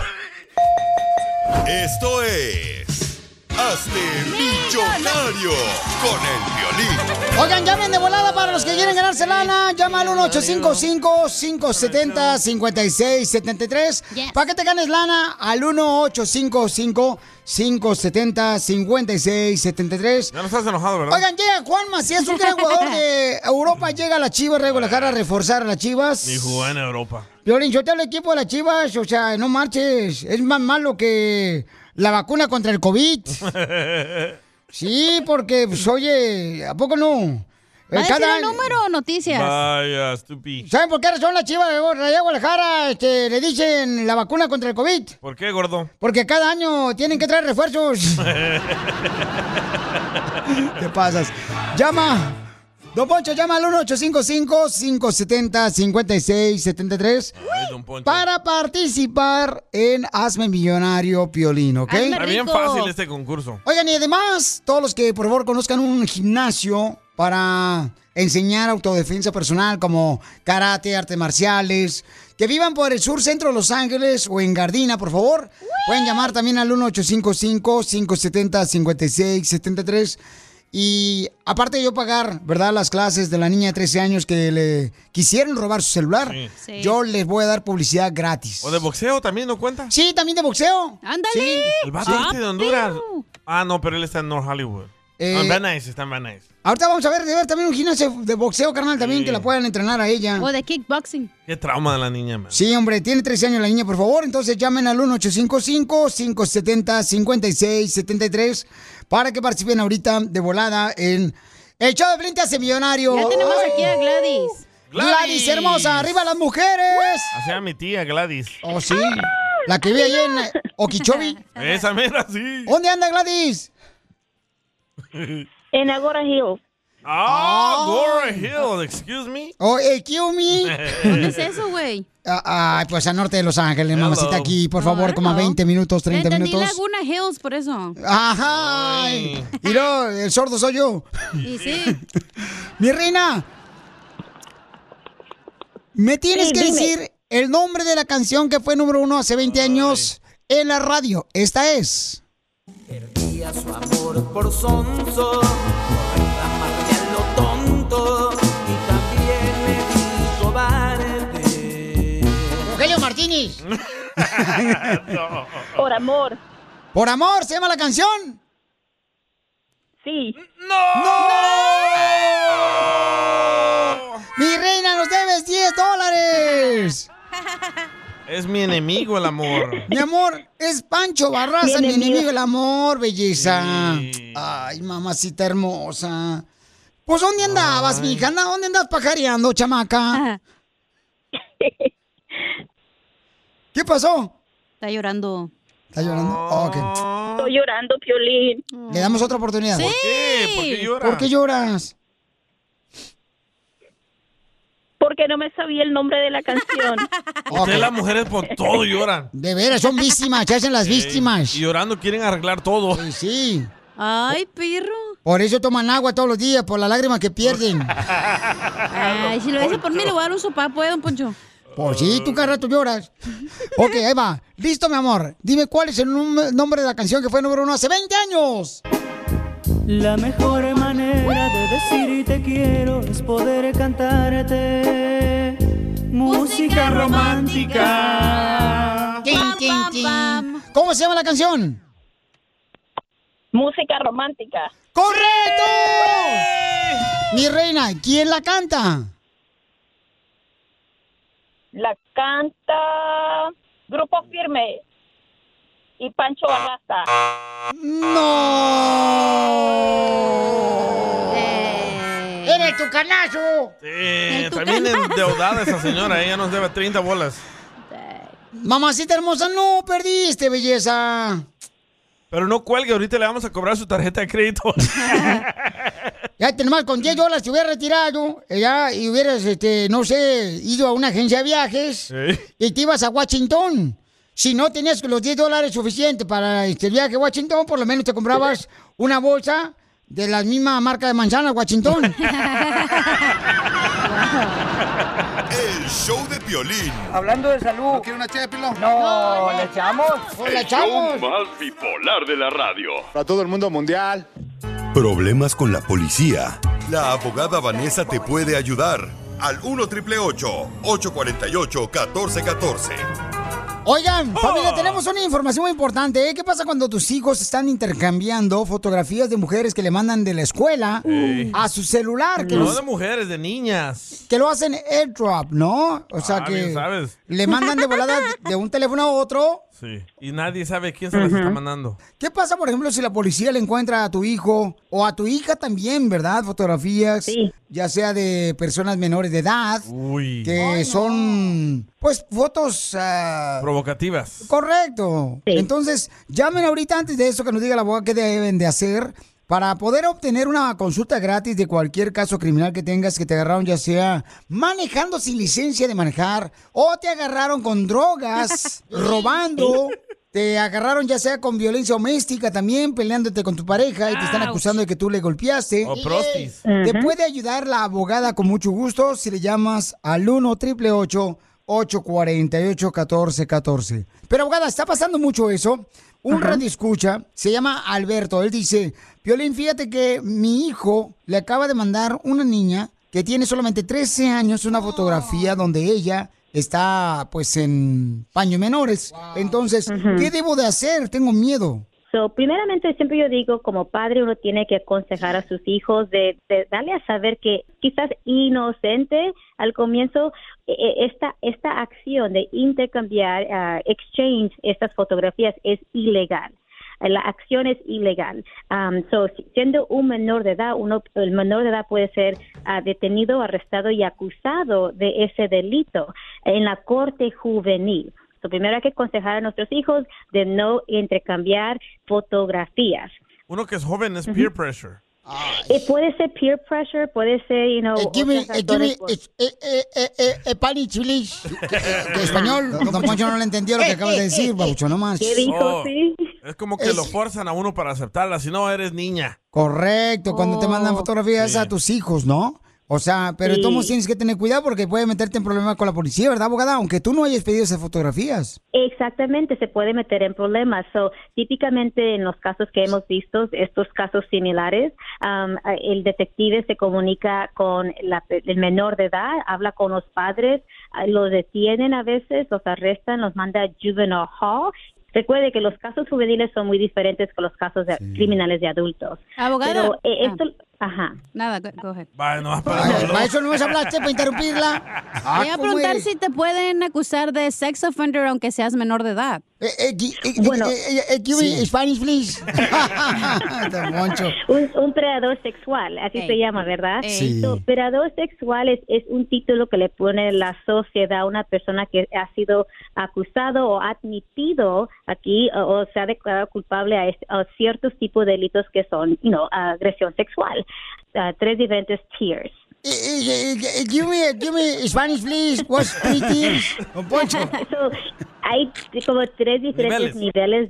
Esto es. Hazte millonario con el violín.
Oigan, llamen de volada para los que quieren ganarse lana. Llama al 1-855-570-5673. Para que te ganes lana al 1-855-570-5673.
Ya no estás enojado, ¿verdad?
Oigan, llega Juan Macías, un gran jugador de Europa. Llega a las Chivas de Guadalajara a reforzar a las Chivas.
Ni jugó en Europa.
Violín, yo te el equipo de las Chivas. O sea, no marches. Es más malo que la vacuna contra el COVID. Sí, porque, pues, oye, ¿a poco no?
¿Va a decir
cada-
el número o noticias?
Vaya, estúpido.
¿Saben por qué razón las chivas de Rayados de Guadalajara este, le dicen la vacuna contra el COVID?
¿Por qué, gordo?
Porque cada año tienen que traer refuerzos. Te pasas. Llama. Don Poncho, llama al 1-855-570-5673 para participar en Hazme Millonario Piolín, ¿ok?
Está bien fácil este concurso.
Oigan, y además, todos los que por favor conozcan un gimnasio para enseñar autodefensa personal como karate, artes marciales, que vivan por el sur centro de Los Ángeles o en Gardina, por favor, pueden llamar también al 1-855-570-5673. Y aparte de yo pagar, ¿verdad? Las clases de la niña de 13 años que le quisieron robar su celular,
Sí. Sí.
yo les voy a dar publicidad gratis.
¿O de boxeo también no cuenta?
Sí, también de boxeo.
¡Ándale!
El vato este de Honduras. Ah, no, pero él está en North Hollywood.
Eh,
No, en Van Nuys, está en Van Nuys.
Ahorita vamos a ver, de ver también un gimnasio de boxeo, carnal, también que la puedan entrenar a ella.
O de kickboxing.
Qué trauma de la niña, man.
Sí, hombre, tiene 13 años la niña, por favor. Entonces llamen al 1-855-570-5673 para que participen ahorita de volada en El Show de Piolín te hace millonario.
Ya tenemos
Ay.
aquí a Gladys.
Gladys. hermosa, arriba las mujeres.
Así a mi tía Gladys.
Oh, sí. La que vi ahí en eh, Okeechobee.
Ah. Esa mera, sí.
¿Dónde anda Gladys?
En Agora Hill.
Ah,
Ah.
Gloria Hill, excuse me.
Oh, eh, kill me.
¿Dónde es
eso, güey?
Ah, ah, pues al norte de Los Ángeles,
Hello.
mamacita aquí, por favor, como a 20 minutos, 30
Entendí
minutos.
Laguna Hills, por eso.
Ajá. Y luego, el sordo soy yo.
Y sí.
Mi reina. Me tienes
Sí,
que
dime.
decir el nombre de la canción que fue número uno hace 20 años en la radio. Esta es.
Perdía su amor por sonso, por escaparme a lo tonto y también me vi cobarde.
Rogelio Martínez.
Por amor.
Por amor, ¿se llama la canción?
Sí.
¡No!
Mi reina, nos debes 10 dólares.
Es mi enemigo el amor.
Mi amor, es Pancho Barraza, mi
Mi
enemigo,
enemigo.
el amor, belleza. Ay, mamacita hermosa. Pues, ¿dónde andabas, mija? Anda, ¿Dónde andas pajareando, chamaca? ¿Qué pasó?
Está llorando.
¿Está llorando? Oh, Ok. Mm.
Estoy llorando, Piolín.
Le damos otra oportunidad.
¿Por qué? ¿Por qué llora?
¿Por qué lloras?
Porque no me sabía el nombre de la canción.
Ustedes las mujeres por todo lloran.
De veras, son víctimas, se hacen las víctimas.
Y llorando quieren arreglar todo.
Sí, sí.
Ay, perro.
Por eso toman agua todos los días, por las lágrimas que pierden.
Ah,
Ay, si lo dice por mí, le voy a dar un sopapo, ¿eh, don Poncho?
Pues sí, tú cada rato lloras. Ok, ahí va. Listo, mi amor. Dime cuál es el num- nombre de la canción que fue número uno hace 20 años.
La mejor manera de decir te quiero es poder cantarte música romántica.
Tin, tin, tin. ¿Cómo se llama la canción?
Música romántica.
¡Correcto! Mi reina, ¿quién la canta?
La canta Grupo Firme y Pancho Barraza.
¡No! ¡Eres tu canazo!
Eh, también endeudada esa señora, ella nos debe 30 bolas.
Mamacita hermosa, no perdiste, belleza.
Pero no cuelgue, ahorita le vamos a cobrar su tarjeta de crédito.
Ya tenemos con 10 dólares te hubiera retirado, eh, ya, y hubieras, este, no sé, ido a una agencia de viajes
Eh.
y te ibas a Washington. Si no tenías los 10 dólares suficientes para este viaje a Washington, por lo menos te comprabas una bolsa de la misma marca de manzana, Washington.
El show de Piolín.
Hablando de salud. ¿No quiere una ché de pilón? No, ¿le echamos?
El show más bipolar de la radio.
Para todo el mundo mundial. Problemas con la policía. La abogada Vanessa te puede ayudar. Al 1 triple 848 1414.
Oigan,
Oh.
familia, tenemos una información muy importante. ¿eh? ¿Qué pasa cuando tus hijos están intercambiando fotografías de mujeres que le mandan de la escuela
Ey.
a su celular? Que,
No
los-
de mujeres, de niñas.
que lo hacen airdrop, ¿no? O sea
Ah,
que
bien sabes.
le mandan de volada de un teléfono a otro
Sí. Y nadie sabe quién se las
Ujú.
está mandando.
¿Qué pasa, por ejemplo, si la policía le encuentra a tu hijo o a tu hija también, ¿verdad? Fotografías, ya sea de personas menores de edad, que son, pues, fotos... ah,
Provocativas.
Correcto. Entonces, llamen ahorita antes de eso que nos diga la abogada qué deben de hacer para poder obtener una consulta gratis de cualquier caso criminal que tengas que te agarraron, ya sea manejando sin licencia de manejar o te agarraron con drogas, robando. Te agarraron ya sea con violencia doméstica también, peleándote con tu pareja y te están acusando de que tú le golpeaste.
O prostis.
Te
Ujú.
puede ayudar la abogada con mucho gusto si le llamas al 1 888 848 1414 Pero abogada, está pasando mucho eso. Un radio escucha, se llama Alberto, él dice, Piolín, fíjate que mi hijo le acaba de mandar una niña que tiene solamente 13 años una fotografía donde ella está pues en paños menores. Entonces, ¿qué debo de hacer? Tengo miedo.
So, primeramente, siempre yo digo, como padre, uno tiene que aconsejar a sus hijos de, de darle a saber que quizás inocente al comienzo e- e- esta esta acción de intercambiar, ah, exchange estas fotografías es ilegal. La acción es ilegal. Am, so, si- siendo un menor de edad, uno, el menor de edad puede ser ah, detenido, arrestado y acusado de ese delito en la corte juvenil. So, primero hay que aconsejar a nuestros hijos de no intercambiar fotografías.
Uno que es joven es peer pressure.
Eh, puede ser peer pressure, puede ser, you know,
give me-
otros
eh, give me-
factores por-
eh, eh, eh, eh, eh, Spanish, please. Que español, don Poncho no le entendió lo
Eh,
que acabas de decir, babucho, no más.
Oh, Es como que lo forzan a uno para aceptarla, si no eres niña.
Correcto, cuando te mandan fotografías a tus hijos, ¿no? O sea, pero de todos
Sí.
modos tienes que tener cuidado porque puede meterte en problemas con la policía, ¿verdad, abogada? Aunque tú no hayas pedido esas fotografías.
Exactamente, se puede meter en problemas. So, típicamente en los casos que hemos visto, estos casos similares, um, a- el detective se comunica con la pe- el menor de edad, habla con los padres, ah, los detienen a veces, los arrestan, los manda a juvenile hall. Recuerde que los casos juveniles son muy diferentes que los casos de criminales de adultos.
Abogada.
Pero, eh, esto, ajá.
Ah. Nada, go, go ahead.
Bueno,
Para eso no me hablaste, para interrumpirla. Ah,
Voy a
¿cómo
preguntar
eres?
si te pueden acusar de sex offender aunque seas menor de edad.
Eh,
Bueno.
give me Spanish, please.
un, un predador sexual, así Ey. se llama, ¿verdad? Ey. Sí. So, predador sexual es, es un título que le pone la sociedad a una persona que ha sido acusado o admitido aquí o, o se ha declarado culpable a, est- a ciertos tipos de delitos que son, you know, agresión sexual. Ah, tres diferentes tiers.
Eh, eh, eh, eh, give me, give me Spanish, please. What's three things? Don Poncho.
So, hay t- como tres diferentes
Niveles.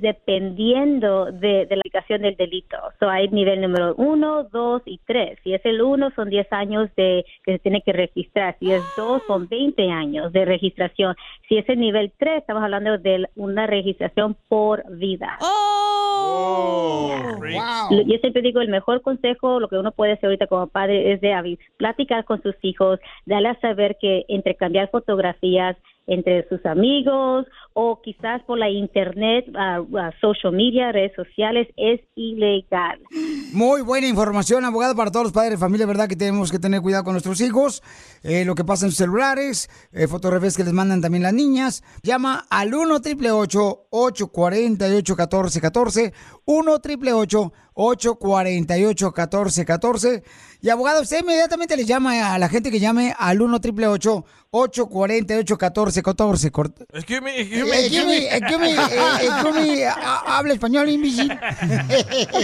niveles, dependiendo de, de la aplicación del delito. So, hay nivel número uno, dos y tres. Si es el uno, son 10 años de que se tiene que registrar. Si es dos, son 20 años de registración. Si es el nivel tres, estamos hablando de una registración por vida. Lo- Yo siempre digo, el mejor consejo, lo que uno puede hacer ahorita como padre es de avi- platicar con sus hijos, darle a saber que intercambiar fotografías entre sus amigos o quizás por la internet, ah, ah, social media, redes sociales, es ilegal.
Muy buena información, abogada, para todos los padres de familia, ¿verdad? Que tenemos que tener cuidado con nuestros hijos, eh, lo que pasa en sus celulares, eh, fotografías que les mandan también las niñas. Llama al 1 triple 848 1414 1 triple 848 1414 Y abogada, usted inmediatamente le llama a la gente que llame al 1 triple 848 1414 Cort-
Excuse me,
eh,
excuse me,
Excuse me, excuse me, eh, excuse me, a- a- habla español, imbécil. 1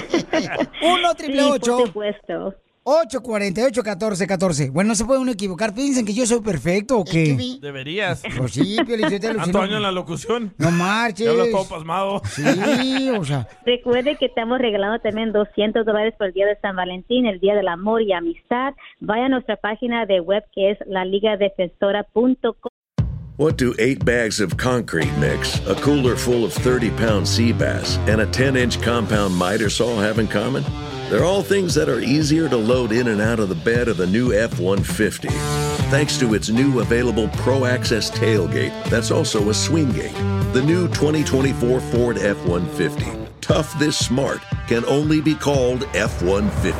triple
Sí, por
8
supuesto.
848 1414 Bueno, no se puede uno equivocar. Piensen que yo soy perfecto o qué.
Deberías.
Pues sí, Piolín, yo te alucino.
Antonio en la locución.
No marches.
Te hablas todo pasmado.
Sí, o sea.
Recuerde que estamos regalando también 200 dólares por el Día de San Valentín, el Día del Amor y Amistad. Vaya a nuestra página de web que es laligadefensora.com.
What do eight bags of concrete mix, a cooler full of 30 pound sea bass, and a 10 inch compound miter saw have in common? They're all things that are easier to load in and out of the bed of the new F 150, thanks to its new available Pro Access tailgate that's also a swing gate. The new 2024 Ford F 150. Tough this smart can only be called F 150.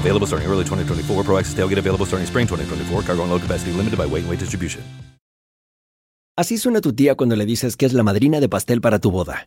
Available starting early 2024. Pro Access tailgate available starting spring 2024. Cargo and load capacity limited by weight and weight distribution.
Así suena tu tía cuando le dices que es la madrina de pastel para tu boda.